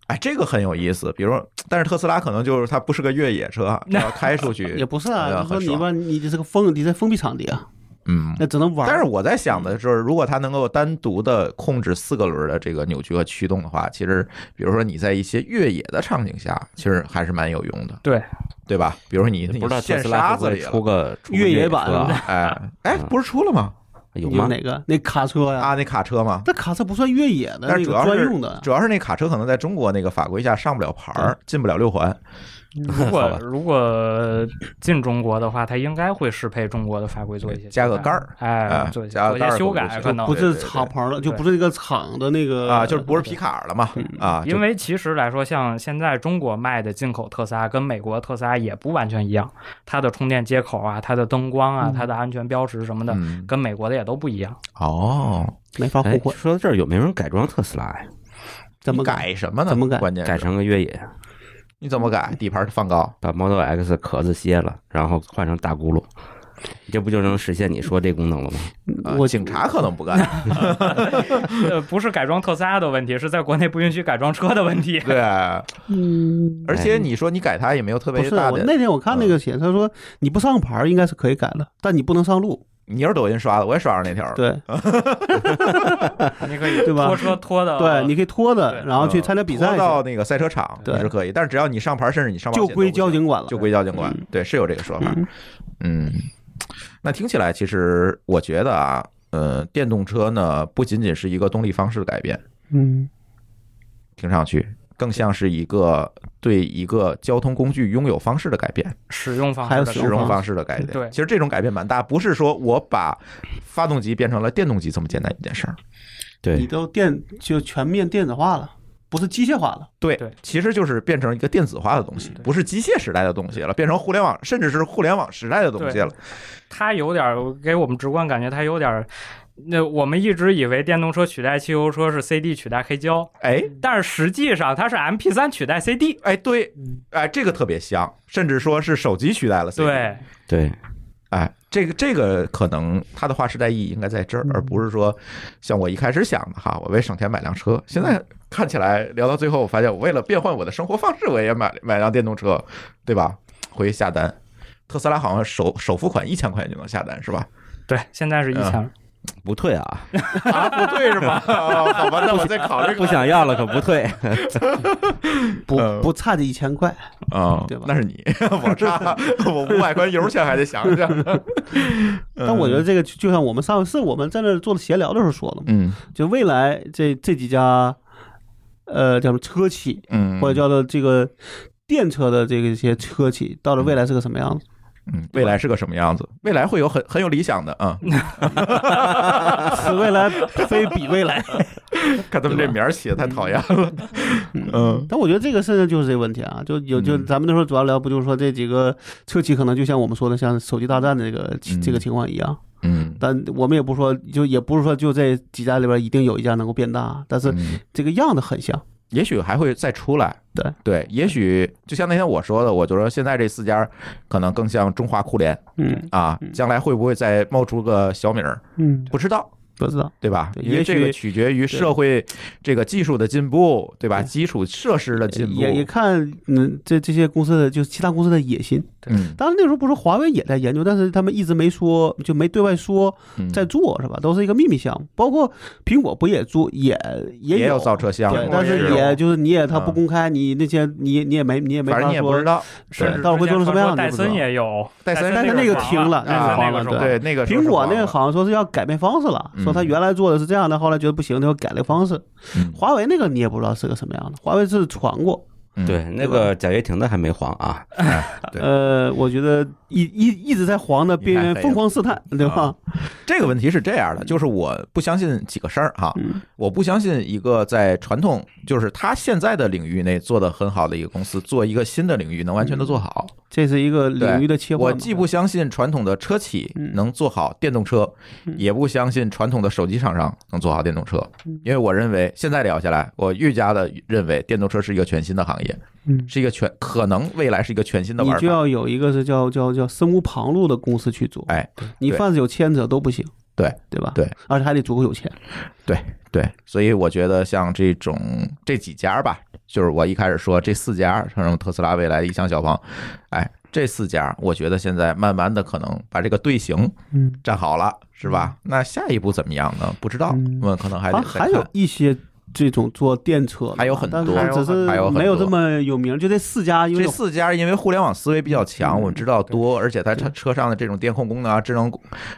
哎，这个很有意思。比如说，但是特斯拉可能就是它不是个越野 车，啊
那
要开出
也
去，
不是
哎呀
啊，就说
很
你
爽
吧，你这是个封，你在封闭场地啊，
嗯。
那只能玩儿。
但是我在想的就是，如果它能够单独的控制四个轮的这个扭矩和驱动的话，其实，比如说你在一些越野的场景下，其实还是蛮有用的，
对，
对吧？比如说你
不知道
你
特
陷
斯拉
沙
会不
子
会
里
出
了，
个出个
越野
越野
版
车啊
哎哎，不是出了吗？
有
有
吗？
哪个？那卡车呀，
啊，那卡车吗？
那卡车不算越野的，
但
那
是主
个
要
专
是
用的。
主要是那卡车可能在中国那个法规下上不了牌儿，进不了六环。
如
好
果
吧
如果进中国的话，它应该会适配中国的法规做一些
加个
修改
杆儿
哎
哎，
做一些
加
做
个
一
杆儿
些修
可能
改
就
可能
不
对对
是
对
敞篷的，
对
就不是那个厂的那个
啊，就是不是皮卡了嘛？啊，就
因为其实来说，像现在中国卖的进口特斯拉跟美国特斯拉也不完全一样，它的充电接口啊、它的灯光啊、
嗯
它的安全标识什么的，
嗯
跟美国的也都不一 样。
哦，
没法
哎
互，换，
说到这儿，有没有人改装特斯拉呀？
怎么
你？改什么呢？
怎么改
关键是
改成个越野，
你怎么改？底盘放高
把 Model X 壳子卸了，然后换成大轱辘，这不就能实现你说这功能了吗？
啊
我
警察可能不干。
呃，不是改装特斯拉的问题，是在国内不允许改装车的问题。
对，而且你说你改它也没有特
嗯哎不
别
是
大
我
的。嗯
那天我看那个写，他说你不上牌儿应该是可以改的，但你不能上路。
你是抖音刷的，我也刷上那条了。
对
你可以
对吧
拖车拖的，
对，你可以拖着，
呃对
然后去
嗯
参加比赛
拖
去，
到那个赛车场
对
也是可以，但是只要你上牌，甚至你上保
就
险都
归
不行
交警管了。
就归交警管
嗯。
对，是有这个说法
嗯。
嗯，那听起来其实我觉得啊，呃，电动车呢不仅仅是一个动力方式的改变，
嗯，
听上去更像是一个对一个交通工具拥有方式的改变，
使用方
还有
式的
使
使
改
用
用
装
方式的改变。
对
其实这种改变蛮大，不是说我把发动机变成了电动机这么简单一件事儿。
对，
你都电就全面电子化了，不是机械化了。
对
对
其实就是变成一个电子化的东西，
对
不是机械时代的东西了，变成互联网，甚至是互联网时代的东西了。
它有点儿给我们直观感觉，它有点儿。那我们一直以为电动车取代汽油车是 CD 取代黑胶，
哎，
嗯
但是实际上它是 MP3 取代 CD。
哎，对，
嗯
哎，这个特别像，甚至说是手机取代了 CD。
对，
对，
哎，这个这个可能它的划时代意义应该在
嗯
这儿，而不是说像我一开始想的哈，我为省钱买辆车。
嗯
现在看起来聊到最后，我发现我为了变换我的生活方式，我也买买辆电动车，对吧？回去下单，特斯拉好像首首付款一千块钱就能下单是吧？
对，现在是
嗯
一千了。
不退啊，
啊，不对是 吗？哦好吧，那我再考虑考虑
不想要了可不 退。
不
呃
不差这一千块，
啊，
对吧
那是你， 我差我五百块油钱还得想想。 嗯
但我觉得这个就就像我们上次我们在那儿做闲聊的时候说的嘛，
嗯，
就未来这这几家，呃，叫什么车企
嗯嗯，
或者叫做这个电车的这个一些车企，到了未来是个什么样子？
嗯未来是个什么样子？未来会有很很有理想的啊，
此未来非彼未来。
看他们这名儿起的太讨厌了。嗯
但我觉得这个事情就是这个问题啊，就有就
嗯
咱们那时候主要聊不就是说这几个车企可能就像我们说的像手机大战的这个
嗯
这个情况一样，
嗯，
但我们也不说就也不是说就这几家里边一定有一家能够变大，啊但是
嗯
这个样子很像。
也许还会再出来。
对
对，也许就像那天我说的，我觉得现在这四家可能更像中华酷联
嗯
啊
嗯，
将来会不会再冒出个小米儿，
嗯，
不知道。
不知道。
对吧？
对
因为
也
这个
许
取决于社会这个技术的进步，对吧？
对
基础设施的进步，
也也看，嗯，这这些公司的就是其他公司的野心。
嗯，
当然那时候不是华为也在研究，但是他们一直没说，就没对外说
嗯
在做，是吧？都是一个秘密项目。包括苹果不也做，也也
也
有
有造车项
对
目，，
但是
有
也就是你也他
嗯
不公开，你那些你你也没你也没
反正
法
你也不知
说。
道，
甚至
对
到时候会做成什么样
之
你也
前传说戴
不知道
森也有，
戴森
戴森
那个停了
黄戴森
那个
那
黄了
个是黄
啊对那个
苹果那个
个
好像说是要改变方式了，说他
嗯
原来做的是这样的，后来觉得不行，他要改了方式。华为那个你也不知道是个什么样的，华为是传过，
嗯对，那个贾跃亭的还没黄啊，
对
呃，我觉得一一一直在黄的边
你
缘
太黑
疯狂试探，对吧？
啊这个问题是这样的，就是我不相信几个事儿哈，
嗯
我不相信一个在传统就是他现在的领域内做的很好的一个公司，做一个新的领域能完全的做好，
这是一个领域的切换
我
嘛。
既不相信传统的车企
嗯
能做好电动车，也不相信传统的手机厂商能做好电动车，
嗯
因为我认为现在聊下来，我愈加的认为电动车是一个全新的行业，
嗯
是一个全可能未来是一个全新的
你
玩
就
法。
要有一个是叫叫叫身无旁骛的公司去做，
哎，
你
对
凡是有牵扯都不行，
对
对吧？
对，
而且还得足够有钱。
对，所以我觉得像这种这几家吧，就是我一开始说这四家，像什么特斯拉、未来、理想、小鹏，哎，这四家，我觉得现在慢慢的可能把这个队形
嗯，
站好了，是吧？那下一步怎么样呢？不知道，
嗯
我们可能还
好
得
像
再
还
看
有一些这种做电车的，啊
还有很多
但是只是
还有很多
没有这么有名，就这四家，因为
这
有
四家因为互联网思维比较强，
嗯
我们知道多，而且它车车上的这种电控功能啊、智能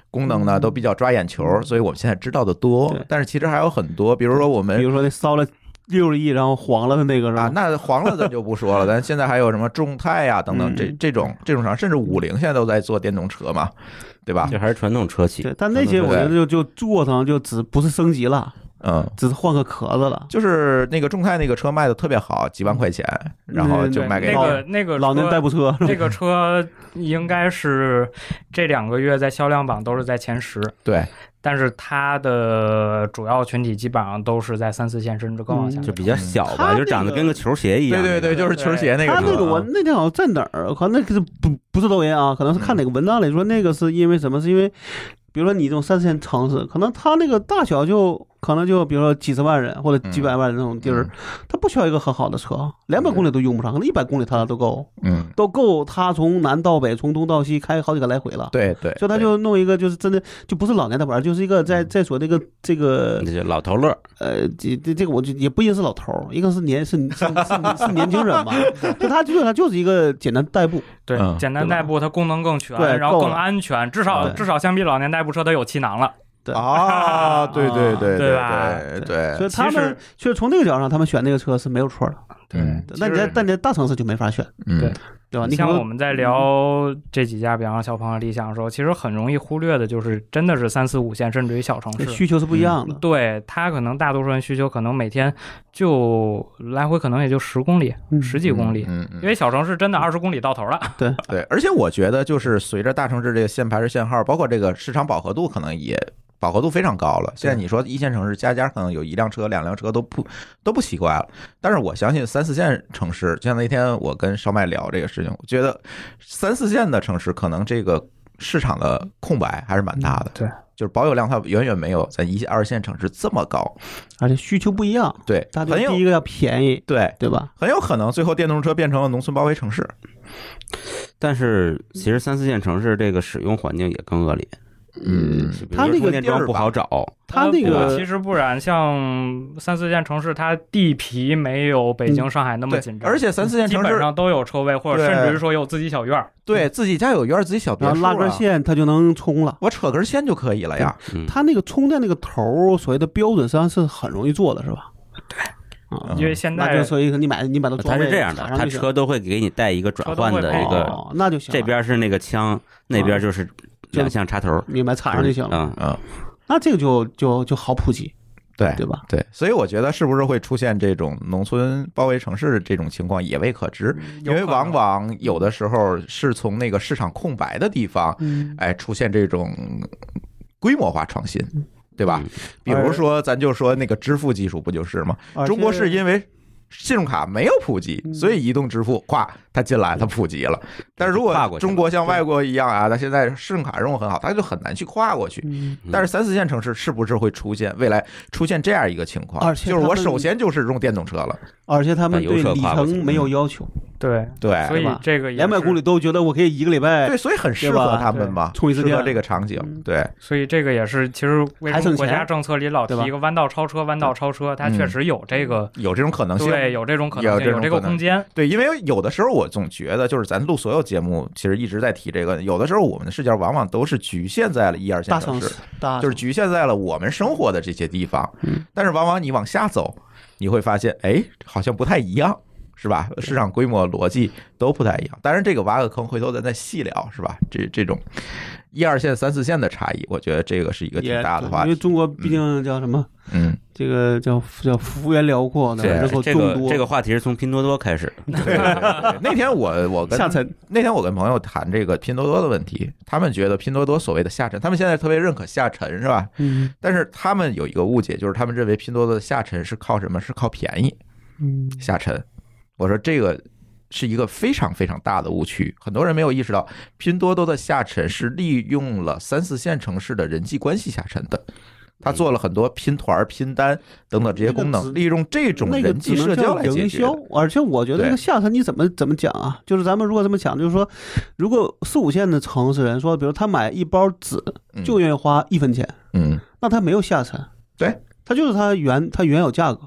功能啊呢都比较抓眼球，所以我们现在知道的多
嗯对。
但是其实还有很多，比如说我
比
们
如说那烧了六十亿然后黄了的那个是
啊
吧，？
那黄了咱就不说了， 咱现在还有什么众泰呀等等
嗯
这这种这种厂，甚至五菱现在都在做电动车嘛，对吧？
这还是传统车企
对，，但那些我觉得就就做成就只不是升级了，
嗯。
只是换个壳子了。
就是那个众泰那个车卖的特别好，几万块钱，然后就
对
卖给
那
你
个那个
老年
车
代步车，
这个车应该是这两个月在销量榜都是在前十，
对，
但是它的主要群体基本上都是在三四线甚至更往下
嗯。
就比较小
他
吧，
那
就长得
个
跟个球鞋一样。
对对对，就是球鞋那个
他
车。
那个我那天好像在哪儿，啊可能那个是不不是抖音啊，可能是
嗯
看哪个文章里说那个是因为什么？是因为比如说你这种三线城市，可能他那个大小就可能就比如说几十万人或者几百万人那种地儿
嗯，
他不需要一个很好的车，两百公里都用不上，可能一百公里他都够，
嗯，
都够他从南到北，从东到西开好几个来回了。
对对，
就他
对嗯
就弄一个，就是真的就不是老年代步，而就是一个在在说这个这个
那就老头乐，
呃，这这这个我就也不一定是老头儿，一个是年是是是是年轻人嘛，就他基本上就是一个简单代步，
对
嗯，
简单
对吧
代步它功能更
对
全，然后
够
更
了
安全，至少
对
至少相比老年代步车它有气囊了。
对，
啊，对对对
对吧
对对
所以他
其实
们所以从这个角度上，他们选那个车是没有错的。
对，
那你在但你在大城市就没法选，
嗯
对
对吧？
你
你可
像我
能
们在聊这几家，比方说小鹏、啊理想的时候，其实很容易忽略的就是，真的是三四五线甚至于小城市，
需求是不一样的，
嗯对他可能大多数人需求可能每天就来回可能也就十公里、
嗯
十几公里，
嗯嗯
因为小城市真的二十公里到头了。
对，而且我觉得就是随着大城市这个限牌是限号，包括这个市场饱和度可能也。饱和度非常高了。现在你说一线城市家家可能有一辆车、两辆车都不都不奇怪了，但是我相信三四线城市，就像那天我跟烧麦聊这个事情，我觉得三四线的城市可能这个市场的空白还是蛮大
嗯
的，
对，
就是保有量它远远没有咱一线、二线城市这么高，
而且需求不一样。
对，
大家
很有
第一个要便宜，
对，
对吧？
很有可能最后电动车变成了农村包围城市。
但是其实三四线城市这个使用环境也更恶劣，
嗯
比如
它
说
那
充
个
电桩
地儿
不
吧
好找，
它
呃
那
不
个
其实不然，像三四线城市，它地皮没有北京、上海那么
对
紧，张，
而且三四线
基
城
本
市
上都有车位，或者
对
甚至于说有自己小院儿。
对自己家有院儿，自己小别
嗯然
墅
后拉根
啊，
线它就能充了。
我扯根线就可以了呀。
嗯，
它那个充电那个头儿，所谓的标准实际上是很容易做的，是吧？啊
嗯
因为现
那
在
就所以你买你把它装
它
备
是这样的
插，上
它
就行
车都会给你带一个转换的
车
一
都会配
个，
哦，那就行了。
这边是那个枪，那边就是两项插头，
明白啊插上就行了，
嗯，
嗯，
那这个就就就好普及，
对
对吧？
对，所以我觉得是不是会出现这种农村包围城市的这种情况也未可知，因为
有可能
往往有的时候是从那个市场空白的地方，
嗯，
哎，出现这种规模化创新，对吧
嗯？
比如说，咱就说那个支付技术不就是吗？中国是因为。信用卡没有普及，
嗯
所以移动支付跨它进来，它普及了。但如
跨过
果
去了
中国像外国一样啊，它现在信用卡任务很好，它就很难去跨过去。
嗯
但是三四线城市是不是会出现未来出现这样一个情况？
而且
就是
他
我
们
首先就是用电动车了，
而且他们对
把油
里
车跨过去
程
嗯
没有要求，
对，
对
所以
哎吧
这个也
两百
是
公里，都觉得我可以一个礼拜
对，所以很适合他们嘛，
充一次
适合
电
这个场景
嗯，
对，
所以这个也是其实为
还
什
省
么国家
钱
政策里老提
对吧
一个弯道超车，弯道超车，它确实有这个。
有这种可
嗯
能性。
对，有这种可能
嗯有
性，
这
有
种
这个
可能
空间。
对，因为有的时候我总觉得，就是咱录所有节目，其实一直在提这个。有的时候我们的视角往往都是局限在了一二线
大
城
城
市
市，，大
就是
城市
局限在了我们生活的这些地方。但是往往你往下走，你会发现，哎，好像不太一样，是吧？市场规模、逻辑都不太一样。当然，这个挖个坑，回头咱再细聊，是吧？这这种一二线、三四线的差异，我觉得这个是一个挺
也
大的
对
话
因为
题。
中国毕竟叫什么，
嗯，
这个叫叫幅员辽阔的，
对
人口
哎这
众
个
多，
这个话题是从拼多多开始，
对对对对那天我我跟
下沉
那天我跟朋友谈这个拼多多的问题，他们觉得拼多多所谓的下沉，他们现在特别认可下沉是吧？
嗯
但是他们有一个误解，就是他们认为拼多多的下沉是靠什么？是靠便宜
嗯，
下沉。我说这个是一个非常非常大的误区，很多人没有意识到，拼多多的下沉是利用了三四线城市的人际关系下沉的。他做了很多拼团、拼单等等这些功
嗯那个
能，
只
利用这种
嗯那个
人
只
际
能
社交
叫
来解
营
决的
销。，而且我觉得
对
这个下沉你怎么怎么讲啊？就是咱们如果这么讲，就是说，如果四五线的城市人说，比如他买一包纸
嗯
就愿意花一分钱，
嗯，
那他没有下沉，
对，
他就是他原他原有价格，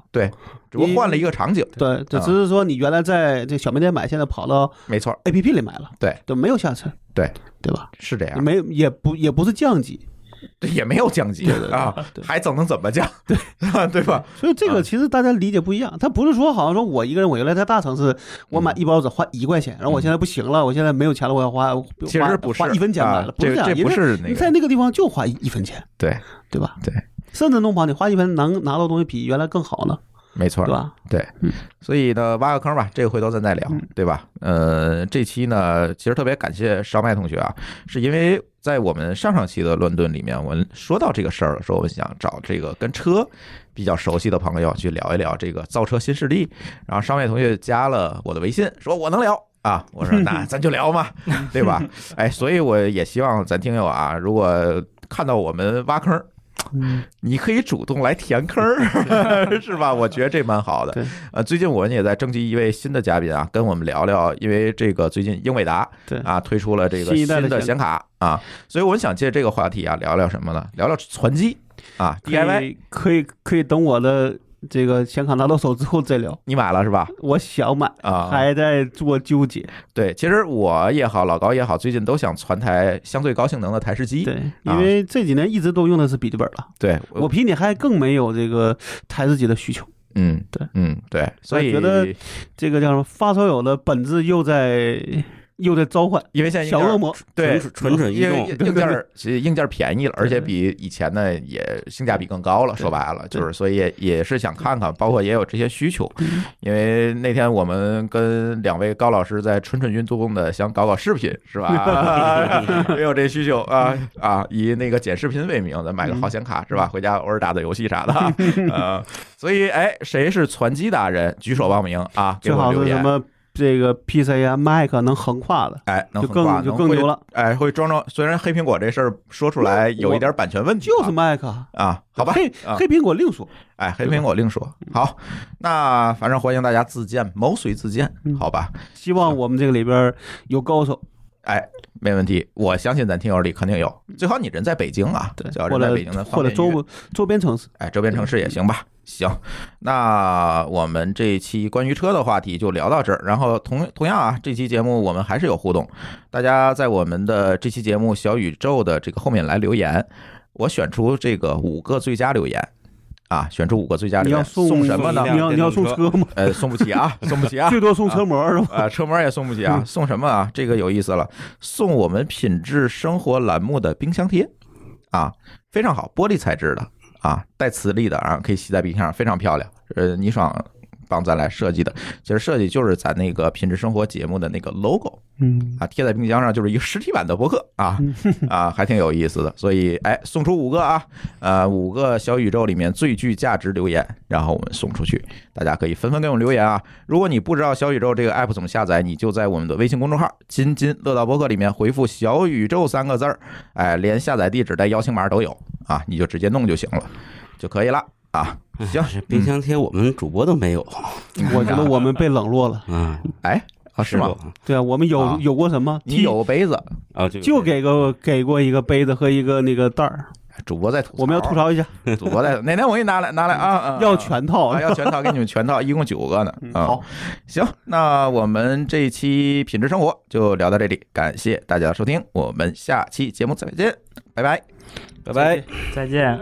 只不过换了一个场景，
对，这
啊
只是说你原来在这小卖店买，现在跑到
没错，
A P P 里买了，
对，
就没有下沉，
对，
对吧？
是这样。
没也不也不是降级，
对，也没有降级
对
啊，
对
还怎能怎么降？对 对吧？
所以这
啊
个其实大家理解不一样，他不是说好像说我一个人，我原来在大城市，我
嗯
买一包纸花一块钱，然后我现在不行了，我现在没有钱了，我要花，我
其实不是
花一分钱买了
啊，
不是
这
样，
这不是
因为
那
你在
个
那个地方就花一一分钱，
对
对吧？
对，
甚至弄不好你花一分能拿到东西比原来更好呢，
没错
对，吧？
所以呢，挖个坑吧，这个回头咱再聊
嗯，
对吧？呃，这期呢，其实特别感谢烧麦同学啊，是因为在我们上上期的乱炖里面，我们说到这个事儿的时候，我们想找这个跟车比较熟悉的朋友去聊一聊这个造车新势力，然后烧麦同学加了我的微信，说我能聊。啊，我说那咱就聊嘛，对吧？哎，所以我也希望咱听友啊，如果看到我们挖坑儿，
嗯，
你可以主动来填坑儿， 是吧？我觉得这蛮好的
对。
呃，最近我们也在征集一位新的嘉宾啊，跟我们聊聊，因为这个最近英伟达
对
啊推出了这个
新一代的
新的显
显
卡啊，所以我想借这个话题啊聊聊什么呢？聊聊传机啊，DIY
可以可以可以等我的这个显卡拿到手之后再聊，
你买了是吧？
我想买，
啊，
还在做纠结，
对，其实我也好，老高也好，最近都想传台相对高性能的台式机。
对，
啊
因为这几年一直都用的是笔记本了。
对，
我比你还更没有这个台式机的需求。
嗯
对
嗯对，所以
觉得这个叫什么？发烧友的本质又在又在召唤
因为现在
小
硬件
恶魔。
对
蠢蠢蠢欲
呃因为硬，
动
硬件儿其实硬件儿便宜了，而且比以前呢也性价比更高了。
对
说白了，
对嗯
就是所以也也是想看看，包括也有这些需求。因为那天我们跟两位高老师在蠢蠢欲动的想搞搞视频，是吧？ 也有这需求啊啊！以那个剪视频为名，咱买
嗯
个好显卡是吧？回家偶尔打打游戏啥 的啊呃。所以哎，谁是传机达人，举手报名啊，给
最
我
好
留
是什
言。
么这个 PC 啊、Mac 啊能横跨的，
哎，能
就
横跨
更就
能
更
会
牛了。
哎，会装装。虽然黑苹果这事儿说出来有一点版权问题啊，
就是 Mac，啊
啊，好吧，
黑
啊
黑苹果另说。
哎，黑苹果另说。好，那反正欢迎大家自荐，毛遂自荐
嗯，
好吧？
希望我们这个里边有高手
哎，没问题，我相信咱听友里肯定有，最好你人在北京啊，
对
最好，
或
人在
者
北京咱
或
方
者
便约
周周边城市，
哎，周边城市也行吧。行，那我们这一期关于车的话题就聊到这儿。然后同同样啊，这期节目我们还是有互动，大家在我们的这期节目小宇宙的这个后面来留言，我选出这个五个最佳留言啊，选出五个最佳
你
留
要
言，
送
送什么
一
呢
你？要你要送
电
车 吗？
呃，送不起啊，送不起啊，
最多送车模 是吧？
啊，车模也送不起啊，送什么啊？这个有意思了，送我们品质生活栏目的冰箱贴啊，非常好，玻璃材质的啊，带磁力的啊，可以吸在冰箱上，非常漂亮。呃，倪爽帮咱来设计的，其实设计就是咱那个品质生活节目的那个 logo。
嗯，
啊，贴在冰箱上就是一个实体版的博客啊 啊，还挺有意思的。所以哎，送出五个啊，呃，五个小宇宙里面最具价值留言，然后我们送出去，大家可以纷纷给我们留言啊。如果你不知道小宇宙这个 app 怎么下载，你就在我们的微信公众号“津津乐道播客”里面回复“小宇宙”三个字儿，哎，连下载地址带邀请码都有啊，你就直接弄就行了，就可以了啊。行，
哎这
嗯
冰箱贴我们主播都没有
我觉得我们被冷落了。
啊，
哎啊是吗？
吧？
对啊，我们
啊
有有过什么？
你有杯 子，
啊，就
就给个给过一个杯子和一个那个袋儿，
主播在吐槽，
我们要吐槽一下，
主播在哪天我给你拿来拿来 啊，啊
要
啊
全套
啊，。 要全套给你们全套，一共九个呢。
嗯
啊，
好，
行，那我们这一期品质生活就聊到这里，感谢大家的收听，我们下期节目再见，拜拜。
拜拜。
再见。